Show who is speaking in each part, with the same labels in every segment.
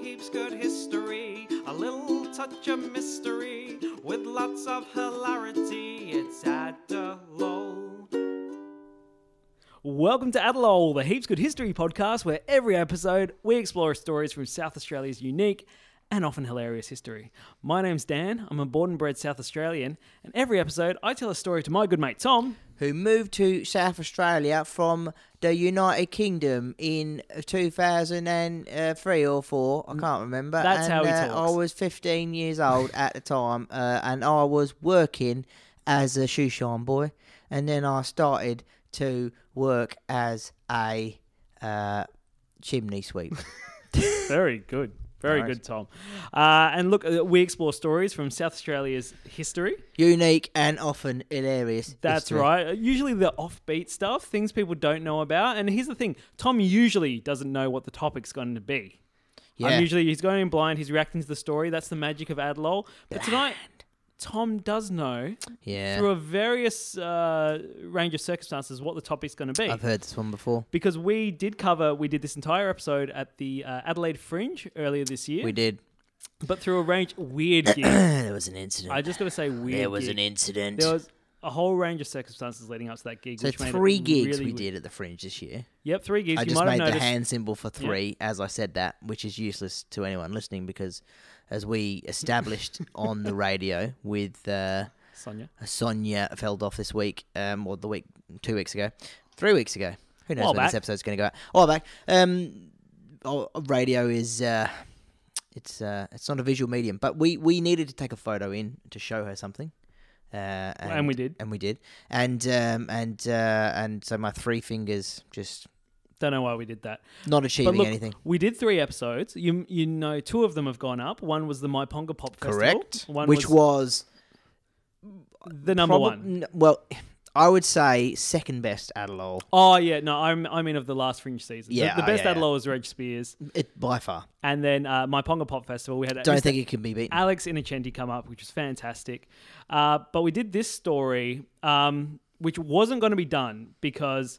Speaker 1: keeps good history, a little touch of mystery, with lots of hilarity. It's Adderall.
Speaker 2: Welcome to Adelol, the Heaps Good History podcast, where every episode we explore stories from South Australia's unique and often hilarious history. My name's Dan, I'm a born and bred South Australian, and every episode I tell a story to my good mate Tom.
Speaker 3: who moved to South Australia from the United Kingdom in 2003 or 4. I can't remember.
Speaker 2: Mm, That's
Speaker 3: and,
Speaker 2: how he
Speaker 3: uh,
Speaker 2: talks.
Speaker 3: I was 15 years old at the time uh, and I was working as a shoe shine boy. And then I started to work as a uh, chimney sweep.
Speaker 2: Very good. Very
Speaker 3: Nice.
Speaker 2: good, Tom. Uh, and look, uh, we explore stories from South Australia's history.
Speaker 3: Unique and often hilarious.
Speaker 2: That's
Speaker 3: history.
Speaker 2: right. Uh, Usually the offbeat stuff, things people don't know about. And here's the thing Tom usually doesn't know what the topic's going to be.
Speaker 3: Yeah.
Speaker 2: I'm usually he's going in blind. He's reacting to the story. That's the magic of Adlol. But tonight, Tom does know
Speaker 3: yeah.
Speaker 2: through a various uh, range of circumstances what the topic's going to be.
Speaker 3: I've heard this one before.
Speaker 2: Because we did cover, we did this entire episode at the uh, Adelaide Fringe earlier this year.
Speaker 3: We did.
Speaker 2: But through a range weird gig.
Speaker 3: there was an incident.
Speaker 2: I just got to say weird.
Speaker 3: there was
Speaker 2: gig.
Speaker 3: an incident.
Speaker 2: There was a whole range of circumstances leading up to that gig.
Speaker 3: So
Speaker 2: which made it
Speaker 3: three gigs
Speaker 2: really
Speaker 3: we
Speaker 2: weird.
Speaker 3: did at the Fringe this year.
Speaker 2: Yep, three gigs.
Speaker 3: I
Speaker 2: you
Speaker 3: just
Speaker 2: might
Speaker 3: made
Speaker 2: have
Speaker 3: the
Speaker 2: noticed.
Speaker 3: hand symbol for three as I said that, which is useless to anyone listening because, as we established on the radio with uh,
Speaker 2: Sonia.
Speaker 3: Sonia Feldoff this week, um, or the week two weeks ago, three weeks ago. Who knows
Speaker 2: While
Speaker 3: when this
Speaker 2: back.
Speaker 3: episode's going to go out? All back. Um, oh, radio is uh, it's uh, it's not a visual medium, but we we needed to take a photo in to show her something. Uh, and,
Speaker 2: we did.
Speaker 3: and we did, and um, and uh, and so my three fingers just
Speaker 2: Don't know why we did that.
Speaker 3: not achieving
Speaker 2: but look,
Speaker 3: anything.
Speaker 2: We did three episodes. You you know, two of them have gone up. One was the My Ponga Pop Festival. One
Speaker 3: Which
Speaker 2: was
Speaker 3: was
Speaker 2: the number
Speaker 3: probab-
Speaker 2: one.
Speaker 3: n- Well, I would say second best Adelol,
Speaker 2: Oh yeah, no, I'm I mean of the last Fringe season. The-
Speaker 3: Yeah,
Speaker 2: the,
Speaker 3: oh,
Speaker 2: best
Speaker 3: yeah,
Speaker 2: Adelaide was Reg Spears,
Speaker 3: it, by far.
Speaker 2: and then uh, My Ponga Pop Festival. We had
Speaker 3: Don't
Speaker 2: Mr.
Speaker 3: think it can be beaten.
Speaker 2: Alex Innocenti come up, which was fantastic. Uh, but we did this story, um, which wasn't going to be done because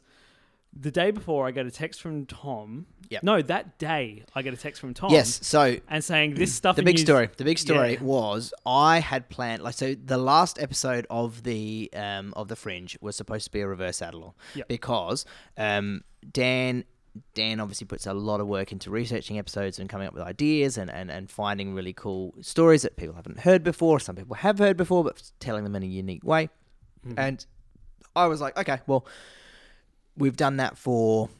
Speaker 2: the day before I got a text from Tom.
Speaker 3: Yep.
Speaker 2: No, that day I got a text from Tom.
Speaker 3: Yes, so
Speaker 2: and saying this stuff.
Speaker 3: Mm. the
Speaker 2: in
Speaker 3: big
Speaker 2: news-
Speaker 3: story. The big story
Speaker 2: Yeah.
Speaker 3: was I had planned like so. The last episode of the um of the Fringe was supposed to be a reverse Adelol
Speaker 2: Yep.
Speaker 3: because um Dan. Dan obviously puts a lot of work into researching episodes and coming up with ideas and, and, and finding really cool stories that people haven't heard before. Some people have heard before, but telling them in a unique way.
Speaker 2: Hmm.
Speaker 3: And I was like, okay, well, we've done that for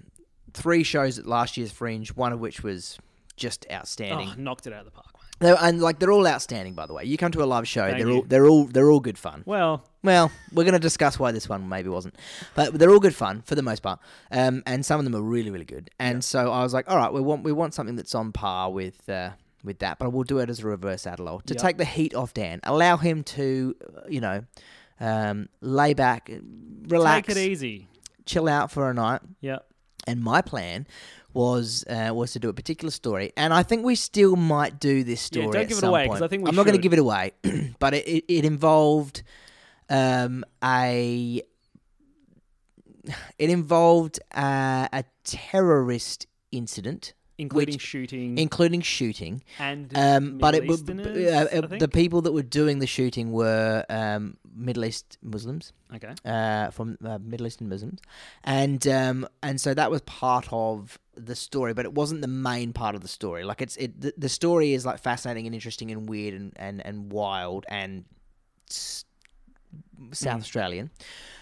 Speaker 3: three shows at last year's Fringe, one of which was just outstanding.
Speaker 2: Oh, knocked it out of the park. mate.
Speaker 3: They're, and like they're all outstanding, by the way. You come to a live show,
Speaker 2: Thank
Speaker 3: they're
Speaker 2: you.
Speaker 3: all they're all they're all good fun.
Speaker 2: Well,
Speaker 3: Well, we're going to discuss why this one maybe wasn't, but they're all good fun for the most part, um, and some of them are really really good. And so I was like, all right, we want we want something that's on par with. Uh, with that, but we'll do it as a reverse Adelol to
Speaker 2: Yeah.
Speaker 3: take the heat off Dan, allow him to, uh, you know, um, lay back, relax,
Speaker 2: take it easy.
Speaker 3: chill out for a night,
Speaker 2: Yeah.
Speaker 3: and my plan was uh, was to do a particular story, and I think we still might do this
Speaker 2: Yeah,
Speaker 3: story.
Speaker 2: don't
Speaker 3: at
Speaker 2: give it
Speaker 3: some
Speaker 2: away, 'cause
Speaker 3: point.
Speaker 2: I think we
Speaker 3: I'm not going
Speaker 2: should.
Speaker 3: to give it away, but it, it, it involved um, a it involved uh, a terrorist incident,
Speaker 2: Including shooting
Speaker 3: including shooting.
Speaker 2: and
Speaker 3: Um, but it
Speaker 2: Mm. Middle
Speaker 3: was
Speaker 2: Easterners, I
Speaker 3: uh, uh,
Speaker 2: think?
Speaker 3: the people that were doing the shooting were um, Middle East Muslims
Speaker 2: okay.
Speaker 3: uh, from uh, Middle Eastern Muslims, and um, and so that was part of the story, but it wasn't the main part of the story. Like it's it the, the story is like fascinating and interesting and weird and and and wild and s- South Australian,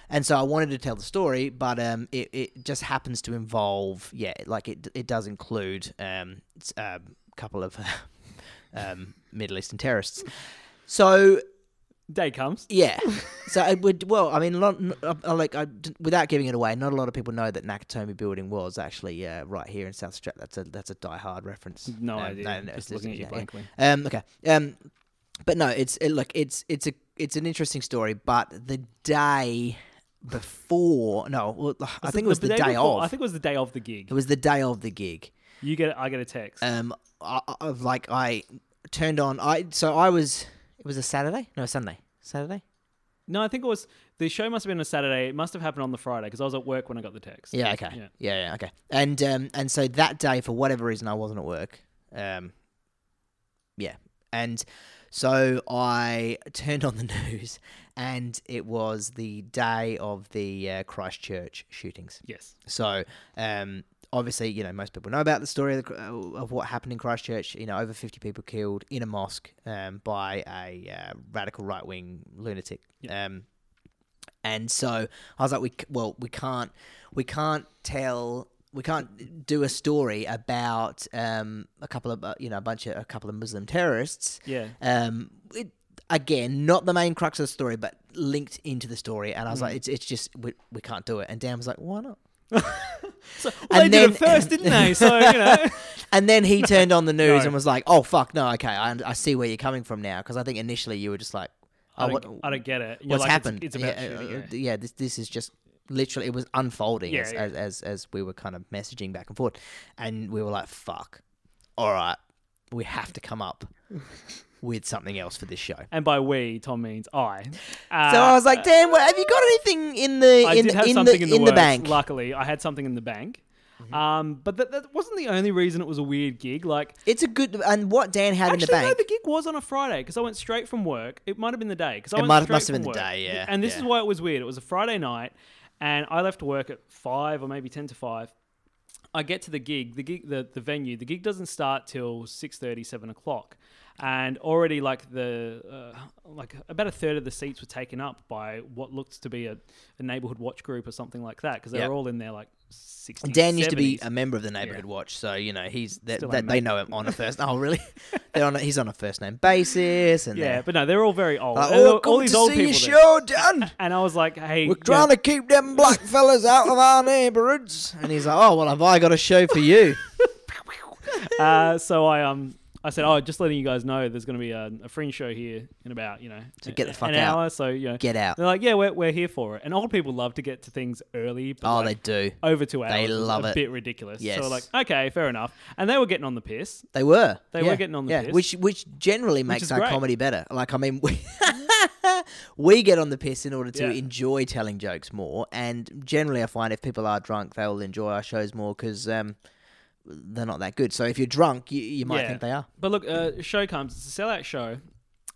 Speaker 3: and so I wanted to tell the story, but um, it it just happens to involve yeah, like it it does include um, it's a couple of. Um, Middle Eastern terrorists. So
Speaker 2: Day comes.
Speaker 3: yeah. so it would. Well, I mean, lot, n- uh, uh, like I, d- without giving it away, not a lot of people know that Nakatomi Building was actually uh, right here in South Australia. That's a that's a Die Hard reference.
Speaker 2: No
Speaker 3: Um,
Speaker 2: idea.
Speaker 3: no, no,
Speaker 2: Just
Speaker 3: it's-
Speaker 2: looking at you
Speaker 3: yeah, yeah.
Speaker 2: blankly.
Speaker 3: Um, okay. Um, but no, it's it, look, it's it's a it's an interesting story, but the day before, no, well, I think it was the, day,
Speaker 2: before- I
Speaker 3: of.
Speaker 2: think it was the day of the
Speaker 3: It
Speaker 2: gig.
Speaker 3: was the day of the gig
Speaker 2: You get, I get a text.
Speaker 3: um I, I- of like I turned on I so I was it was a Saturday no Sunday Saturday
Speaker 2: no, I think it was the show. Must have been a Saturday. It must have happened on the Friday because I was at work when I got the text.
Speaker 3: Yeah. Okay.
Speaker 2: Yeah.
Speaker 3: Yeah. Yeah. okay. And um, and so that day, for whatever reason, I wasn't at work. Um, yeah. And so I turned on the news, and it was the day of the uh, Christchurch shootings.
Speaker 2: Yes.
Speaker 3: So, um, obviously, you know, most people know about the story of, the, uh, of what happened in Christchurch. You know, over 50 people killed in a mosque um, by a uh, radical right wing lunatic. Um, and so I was like, we c- well, we can't, we can't tell. We can't do a story about um, a couple of uh, you know a bunch of a couple of Muslim terrorists
Speaker 2: Yeah.
Speaker 3: um, it, again, not the main crux of the story, but linked into the story. And I was like, it's it's just we, we can't do it. And Dan was like, why not?
Speaker 2: So, well,
Speaker 3: And
Speaker 2: they
Speaker 3: then-
Speaker 2: did it first, didn't they? So you know.
Speaker 3: And then he turned on the news
Speaker 2: No.
Speaker 3: and was like, oh fuck, no, okay, I, und- I see where you're coming from now because I think initially you were just like,
Speaker 2: I
Speaker 3: oh,
Speaker 2: don't,
Speaker 3: what,
Speaker 2: I don't get it. You're
Speaker 3: what's
Speaker 2: like, it's-
Speaker 3: happened?
Speaker 2: It's, about
Speaker 3: yeah,
Speaker 2: shooting.
Speaker 3: uh,
Speaker 2: Yeah.
Speaker 3: uh, yeah, this this is just literally it was unfolding
Speaker 2: Yeah,
Speaker 3: as,
Speaker 2: yeah.
Speaker 3: As, as as we were kind of messaging back and forth, and we were like, fuck, all right, we have to come up with something else for this show.
Speaker 2: And by we, Tom means I. Uh,
Speaker 3: So I was like, Dan, what, have you got anything in the
Speaker 2: I
Speaker 3: in
Speaker 2: did
Speaker 3: the
Speaker 2: have
Speaker 3: in the,
Speaker 2: something
Speaker 3: in
Speaker 2: in
Speaker 3: the,
Speaker 2: the, works,
Speaker 3: bank?
Speaker 2: Luckily, I had something in the bank. Um, but that, that wasn't the only reason it was a weird gig. Like,
Speaker 3: It's a good and what Dan had in the
Speaker 2: actually, no,
Speaker 3: bank.
Speaker 2: the gig was on a Friday because I went straight from work. It might have been the day because I
Speaker 3: It
Speaker 2: went
Speaker 3: might-
Speaker 2: straight
Speaker 3: must have
Speaker 2: from
Speaker 3: been the
Speaker 2: work.
Speaker 3: day, yeah,
Speaker 2: And this
Speaker 3: yeah.
Speaker 2: is why it was weird. It was a Friday night, and I left work at five or maybe ten to five. I get to the gig, the gig, the, the venue. The gig doesn't start till 6:30, 7 o'clock, and already like the uh, like about a third of the seats were taken up by what looked to be a, a neighborhood watch group or something like that because they
Speaker 3: Yeah.
Speaker 2: were all in there like 60.
Speaker 3: Dan used to be
Speaker 2: 70s.
Speaker 3: a member of the neighborhood watch, so you know he's that,
Speaker 2: Still
Speaker 3: that
Speaker 2: ain't
Speaker 3: they
Speaker 2: mate.
Speaker 3: know him on a first. Oh, really? They're on. A, he's on a first name basis, and
Speaker 2: yeah,
Speaker 3: yeah,
Speaker 2: but no, they're all very old.
Speaker 3: like,
Speaker 2: All-
Speaker 3: oh,
Speaker 2: all,
Speaker 3: come
Speaker 2: these
Speaker 3: to
Speaker 2: old
Speaker 3: see your
Speaker 2: people. there.
Speaker 3: show, Dan.
Speaker 2: And I was like, hey,
Speaker 3: We're
Speaker 2: you know,
Speaker 3: trying to keep them black fellas out of our neighborhoods. And he's like, oh well, have I got a show for you?
Speaker 2: uh, so I um I said, oh, just letting you guys know, there's going to be a, a fringe show here in about you know
Speaker 3: So get the
Speaker 2: a-
Speaker 3: fuck
Speaker 2: an
Speaker 3: out.
Speaker 2: hour. So you know,
Speaker 3: Get out.
Speaker 2: They're like, yeah, we're we're here for it. And old people love to get to things early. But
Speaker 3: Oh, they
Speaker 2: like,
Speaker 3: do.
Speaker 2: over two hours.
Speaker 3: they
Speaker 2: was
Speaker 3: love
Speaker 2: a
Speaker 3: it.
Speaker 2: bit ridiculous. So
Speaker 3: Yes.
Speaker 2: we're like, okay, fair enough. And they were getting on the piss.
Speaker 3: They were.
Speaker 2: They were getting on the
Speaker 3: yeah.
Speaker 2: piss.
Speaker 3: which which generally makes
Speaker 2: is
Speaker 3: our
Speaker 2: great.
Speaker 3: comedy better. Like I mean, we, we get on the piss in order to
Speaker 2: Yeah.
Speaker 3: enjoy telling jokes more, and generally I find if people are drunk, they'll enjoy our shows more because um, they're not that good. So if you're drunk, you, you might
Speaker 2: Yeah.
Speaker 3: think they are.
Speaker 2: But look, uh, show comes. It's a sellout show.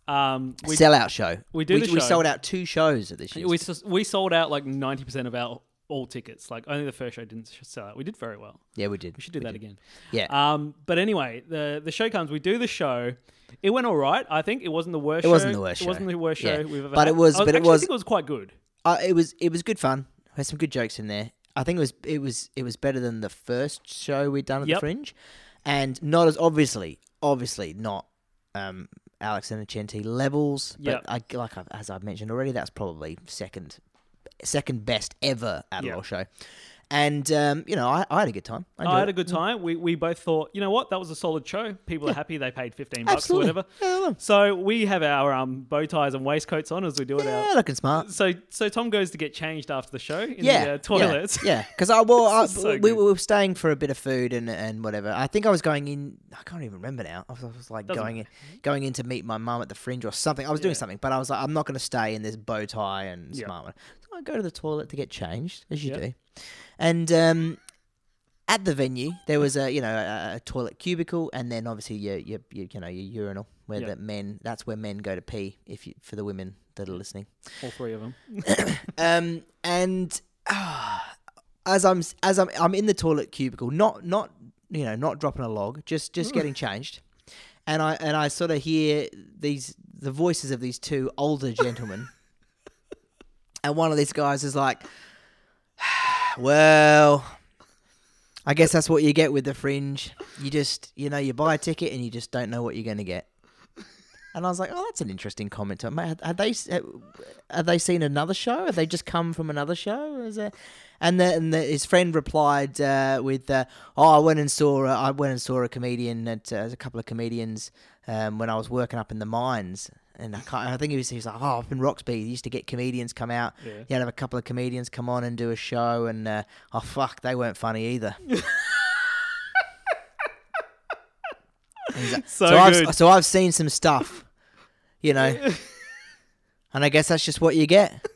Speaker 2: Um, we
Speaker 3: sell out show.
Speaker 2: we do
Speaker 3: We,
Speaker 2: the
Speaker 3: we
Speaker 2: show.
Speaker 3: sold out two shows at this year.
Speaker 2: we s- we sold out like ninety percent of our all tickets. Like only the first show didn't s- sell out. We did very well.
Speaker 3: yeah, we did.
Speaker 2: We should do that again.
Speaker 3: Yeah.
Speaker 2: Um, but anyway, the the show comes. We do the show. It went all right. I think it wasn't the worst.
Speaker 3: It
Speaker 2: show.
Speaker 3: wasn't the worst
Speaker 2: It
Speaker 3: show.
Speaker 2: wasn't the worst
Speaker 3: Yeah.
Speaker 2: show we've ever.
Speaker 3: But
Speaker 2: had.
Speaker 3: it was-
Speaker 2: I
Speaker 3: but it
Speaker 2: actually, I
Speaker 3: was-
Speaker 2: think it was quite good.
Speaker 3: uh, it was it was good fun. We had some good jokes in there. I think it was it was it was better than the first show we'd done at the
Speaker 2: Yep.
Speaker 3: Fringe, and not as obviously obviously not um, Alex and Achente levels.
Speaker 2: Yep.
Speaker 3: But I, like I've, as I've mentioned already, that's probably second second best ever Adderall
Speaker 2: Yeah.
Speaker 3: show. And um, you know, I, I had a good time. I,
Speaker 2: Oh, I had a
Speaker 3: enjoyed Mm.
Speaker 2: good time. We we both thought, you know what, that was a solid show. People are happy. They paid fifteen bucks
Speaker 3: Absolutely.
Speaker 2: or whatever.
Speaker 3: Yeah, well.
Speaker 2: So we have our um, bow ties and waistcoats on as we do it
Speaker 3: it.
Speaker 2: out.
Speaker 3: yeah, looking smart.
Speaker 2: So so Tom goes to get changed after the show in the uh, toilets.
Speaker 3: Yeah, because I well, I,
Speaker 2: This is so
Speaker 3: we,
Speaker 2: good.
Speaker 3: we were staying for a bit of food and and whatever. I think I was going in. I can't even remember now. I was, I was like
Speaker 2: Doesn't
Speaker 3: going in, going in to meet my mum at the fringe or something. I was doing something, but I was like, I'm not going to stay in this bow tie and
Speaker 2: Yeah.
Speaker 3: smart one. So I go to the toilet to get changed, as you
Speaker 2: Yeah.
Speaker 3: do, and um. At the venue, there was a you know a, a toilet cubicle, and then obviously your your, your you know your urinal where
Speaker 2: Yeah.
Speaker 3: the men that's where men go to pee. If you, for the women that are listening,
Speaker 2: All three of them.
Speaker 3: um, and ah, as I'm as I'm I'm in the toilet cubicle, not not you know not dropping a log, just just getting changed, and I and I sort of hear these the voices of these two older gentlemen, and one of these guys is like, well. I guess that's what you get with the fringe. You just, you know, you buy a ticket and you just don't know what you're going to get. And I was like, oh, that's an interesting comment. to- Mate, Had they have they seen another show? Have they just come from another show? Is it? And then and the, his friend replied uh, with, uh, "Oh, I went and saw uh, I went and saw a comedian at uh, a couple of comedians um, when I was working up in the mines." And I, can't, I think he was, he was like, "Oh, up in Roxby, they used to get comedians come out.
Speaker 2: Yeah.
Speaker 3: You had to have a couple of comedians come on and do a show, and uh, oh fuck, they weren't funny either."
Speaker 2: So,
Speaker 3: so
Speaker 2: good.
Speaker 3: I've so I've seen some stuff, you know, and I guess that's just what you get.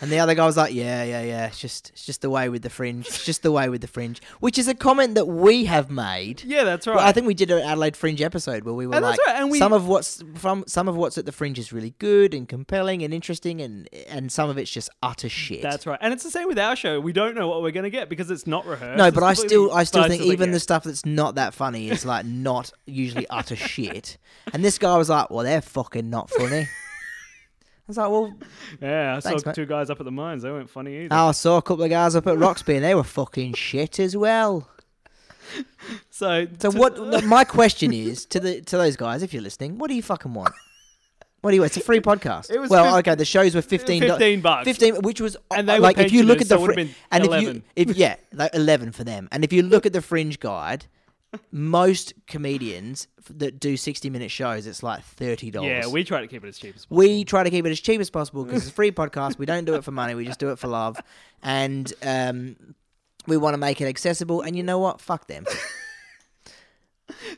Speaker 3: And the other guy was like, "Yeah, yeah, yeah. It's just, it's just the way with the fringe. It's just the way with the fringe," which is a comment that we have made.
Speaker 2: Yeah, that's right.
Speaker 3: Well, I think we did an Adelaide Fringe episode where we were
Speaker 2: And
Speaker 3: like,
Speaker 2: that's right, and we-
Speaker 3: some of what's from some of what's at the fringe is really good and compelling and interesting, and and some of it's just utter shit.
Speaker 2: That's right. And it's the same with our show. We don't know what we're going to get because it's not rehearsed.
Speaker 3: no,
Speaker 2: It's
Speaker 3: but I
Speaker 2: completely-
Speaker 3: still, I still
Speaker 2: but
Speaker 3: think even
Speaker 2: yeah.
Speaker 3: the stuff that's not that funny is like not usually utter shit. And this guy was like, "Well, they're fucking not funny." I was like, "Well,
Speaker 2: Yeah, I saw
Speaker 3: Thanks, mate. Uh,
Speaker 2: two guys up at the mines. They weren't funny either.
Speaker 3: Oh, I saw a couple of guys up at Roxby, and they were fucking shit as well."
Speaker 2: so,
Speaker 3: So
Speaker 2: to-
Speaker 3: what? my question is to the to those guys, if you're listening, what do you fucking want? What do you want? It's a free podcast.
Speaker 2: It was
Speaker 3: well,
Speaker 2: fif-
Speaker 3: okay. The shows were fifteen, do-
Speaker 2: 15 bucks.
Speaker 3: fifteen, which was
Speaker 2: And they were
Speaker 3: like if you look
Speaker 2: pensioners,
Speaker 3: at the
Speaker 2: so it
Speaker 3: fri-
Speaker 2: would've been
Speaker 3: and
Speaker 2: 11.
Speaker 3: if you if yeah, like eleven for them. And if you look at the Fringe Guide, most comedians f- that do sixty minute shows, it's like thirty dollars.
Speaker 2: Yeah, we try to keep it as cheap as possible.
Speaker 3: We try to keep it as cheap as possible because it's a free podcast. We don't do it for money. We just do it for love, and um, we want to make it accessible. And you know what? Fuck them.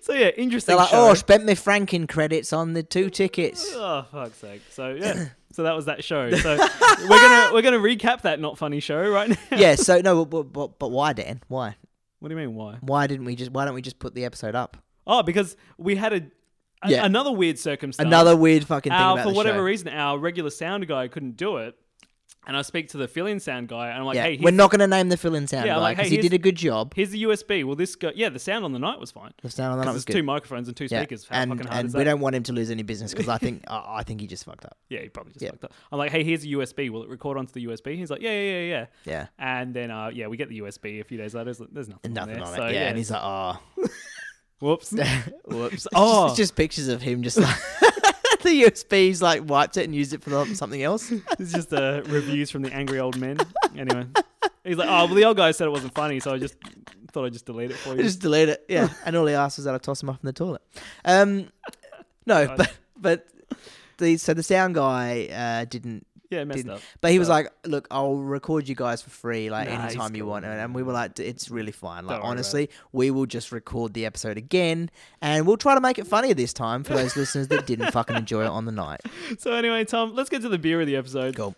Speaker 2: So yeah, interesting.
Speaker 3: They're like,
Speaker 2: show.
Speaker 3: oh, I spent my franking credits on the two tickets.
Speaker 2: Oh fuck's sake! So yeah, so that was that show. So we're gonna we're gonna recap that not funny show right now.
Speaker 3: yeah. So no, but, but but why, Dan? Why?
Speaker 2: What do you mean why?
Speaker 3: Why didn't we just? Why don't we just put the episode up?
Speaker 2: Oh, because we had a, a-
Speaker 3: Yeah.
Speaker 2: another weird circumstance.
Speaker 3: Another weird fucking thing
Speaker 2: our,
Speaker 3: about
Speaker 2: for
Speaker 3: the
Speaker 2: whatever
Speaker 3: show.
Speaker 2: reason, our regular sound guy couldn't do it, and I speak to the fill-in sound guy, and I'm like,
Speaker 3: yeah,
Speaker 2: hey,
Speaker 3: we're
Speaker 2: here's,
Speaker 3: not going to name the fill-in sound
Speaker 2: Yeah,
Speaker 3: guy
Speaker 2: I'm like,
Speaker 3: 'cause
Speaker 2: hey,
Speaker 3: he
Speaker 2: here's-
Speaker 3: did a good job.
Speaker 2: here's the USB. Will this go? Yeah, the sound on the night was fine.
Speaker 3: The sound on that
Speaker 2: Because
Speaker 3: was
Speaker 2: it's
Speaker 3: good.
Speaker 2: two microphones and two
Speaker 3: yeah,
Speaker 2: speakers. How
Speaker 3: and
Speaker 2: fucking hard is
Speaker 3: and
Speaker 2: that?
Speaker 3: we don't want him to lose any business because I think I, I think he just fucked up.
Speaker 2: Yeah, he probably just
Speaker 3: Yeah.
Speaker 2: fucked up. I'm like, hey, here's a USB. Will it record onto the USB? He's like, yeah, yeah, yeah, yeah.
Speaker 3: Yeah.
Speaker 2: And then, uh, yeah, we get the USB a few days later. There's, there's nothing,
Speaker 3: Nothing
Speaker 2: on,
Speaker 3: on it.
Speaker 2: there. So,
Speaker 3: yeah, and he's like, oh,
Speaker 2: whoops.
Speaker 3: whoops.
Speaker 2: Oh.
Speaker 3: Oh, it's just, pictures of him just like the USB's like wiped it and used it for something else.
Speaker 2: It's just uh, reviews from the angry old men. Anyway, he's like, "Oh, well, the old guy said it wasn't funny, so I just thought I'd just delete it for you."
Speaker 3: I just delete it. Yeah, and all he asked was that I toss him off in the toilet. Um, no, but but the so the sound guy uh, didn't
Speaker 2: yeah, messed
Speaker 3: didn't,
Speaker 2: up.
Speaker 3: but he was
Speaker 2: So-
Speaker 3: like, "Look, I'll record you guys for free, like
Speaker 2: Nah, he's
Speaker 3: anytime you
Speaker 2: cool,
Speaker 3: want." And, and we were like, "D- "It's really fine.
Speaker 2: Don't
Speaker 3: Like
Speaker 2: worry about
Speaker 3: honestly, we will just record the episode again, and we'll try to make it funnier this time for those listeners that didn't fucking enjoy it on the night."
Speaker 2: So anyway, Tom, let's get to the beer of the episode.
Speaker 3: Go.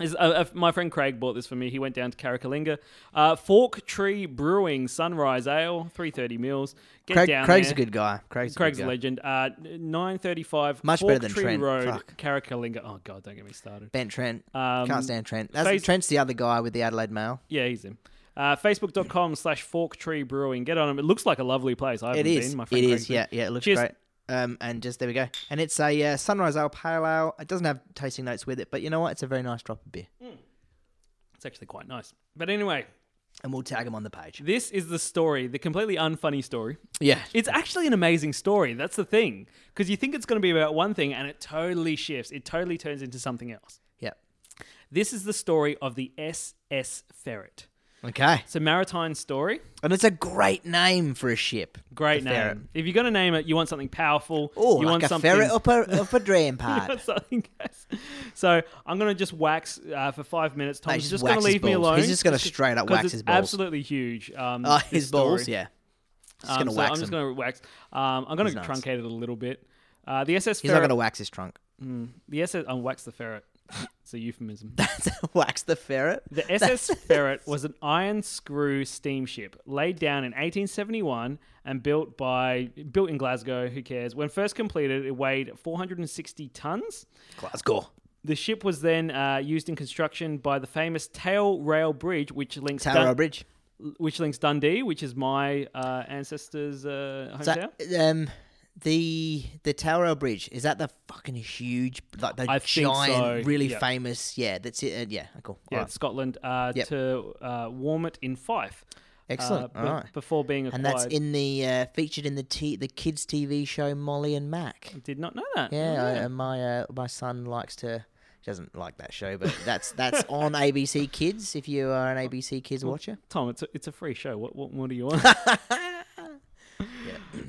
Speaker 2: Is, uh, uh, my friend Craig bought this for me. He went down to Karakalinga. Uh, Fork Tree Brewing Sunrise Ale, three thirty mils. Get
Speaker 3: Craig,
Speaker 2: down
Speaker 3: Craig's
Speaker 2: there.
Speaker 3: a good guy. Craig's,
Speaker 2: Craig's a
Speaker 3: a good guy.
Speaker 2: legend. Uh, nine thirty-five.
Speaker 3: Much
Speaker 2: Fork
Speaker 3: better than
Speaker 2: Tree
Speaker 3: Trent.
Speaker 2: Road,
Speaker 3: Fuck.
Speaker 2: Karakalinga. Oh god, don't get me started.
Speaker 3: Ben Trent.
Speaker 2: Um,
Speaker 3: Can't stand Trent. That's
Speaker 2: face-
Speaker 3: Trent's the other guy with the Adelaide Mail.
Speaker 2: Yeah, he's him. Uh, Facebook.com slash Fork Tree Brewing. Get on him. It looks like a lovely place. I haven't
Speaker 3: It is.
Speaker 2: been. My friend
Speaker 3: it
Speaker 2: Craig's
Speaker 3: is.
Speaker 2: been.
Speaker 3: Yeah, yeah. It looks
Speaker 2: Cheers.
Speaker 3: great. Um, and just there we go. And it's a uh, sunrise ale pale ale. It doesn't have tasting notes with it, but you know what? It's a very nice drop of beer.
Speaker 2: It's actually quite nice. But anyway,
Speaker 3: And we'll tag them on the page.
Speaker 2: this is the story, the completely unfunny story.
Speaker 3: Yeah.
Speaker 2: It's actually an amazing story. That's the thing. Because you think it's going to be about one thing and it totally shifts. It totally turns into something else.
Speaker 3: Yeah.
Speaker 2: This is the story of the SS Ferret.
Speaker 3: Okay.
Speaker 2: It's a maritime story.
Speaker 3: And it's a great name for a ship.
Speaker 2: Great
Speaker 3: The
Speaker 2: name.
Speaker 3: ferret.
Speaker 2: If you're going to name it, you want something powerful.
Speaker 3: Oh,
Speaker 2: you
Speaker 3: like
Speaker 2: want
Speaker 3: a
Speaker 2: something
Speaker 3: ferret up a up a drain pipe.
Speaker 2: something else. So I'm gonna just wax uh, for five minutes. Tom's
Speaker 3: just
Speaker 2: just, gonna
Speaker 3: wax his
Speaker 2: leave me
Speaker 3: balls.
Speaker 2: alone.
Speaker 3: He's just gonna straight up
Speaker 2: 'cause
Speaker 3: wax
Speaker 2: it's
Speaker 3: his balls.
Speaker 2: Absolutely huge. Um,
Speaker 3: Oh,
Speaker 2: this
Speaker 3: his balls.
Speaker 2: story.
Speaker 3: Yeah. He's
Speaker 2: Um,
Speaker 3: gonna
Speaker 2: so
Speaker 3: wax
Speaker 2: I'm
Speaker 3: him.
Speaker 2: just gonna wax. Um, I'm gonna
Speaker 3: He's nuts.
Speaker 2: truncate it a little bit. Uh, the SS
Speaker 3: He's
Speaker 2: ferret.
Speaker 3: not gonna wax his trunk.
Speaker 2: The SS. I'll wax the ferret. It's a euphemism.
Speaker 3: wax the ferret.
Speaker 2: The SS Ferret was an iron screw steamship laid down in 1871 and built by built in Glasgow. Who cares? When first completed, it weighed 460 tons.
Speaker 3: Glasgow.
Speaker 2: The ship was then uh, used in construction by the famous Tail Rail Bridge, which links
Speaker 3: Tower
Speaker 2: Dun-
Speaker 3: Bridge.
Speaker 2: which links Dundee, which is my uh, ancestors' uh, hometown.
Speaker 3: So, um, the the Tower Rail Bridge is that the fucking huge, like the
Speaker 2: I think
Speaker 3: giant,
Speaker 2: so,
Speaker 3: really
Speaker 2: yeah.
Speaker 3: famous? Yeah, that's it. Uh, yeah, cool.
Speaker 2: yeah,
Speaker 3: Alright.
Speaker 2: Scotland uh,
Speaker 3: Yep.
Speaker 2: to uh, Warmit in Fife. Uh,
Speaker 3: Excellent.
Speaker 2: be-
Speaker 3: Alright.
Speaker 2: Before being acquired,
Speaker 3: and that's in the uh, featured in the t- the kids TV show Molly and Mac.
Speaker 2: did not know that.
Speaker 3: Yeah, I,
Speaker 2: Oh, Yeah.
Speaker 3: and my uh, my son likes to. He doesn't like that show, but that's that's on ABC Kids. If you are an ABC Kids watcher,
Speaker 2: Tom, it's a, it's a free show. What what more do you want?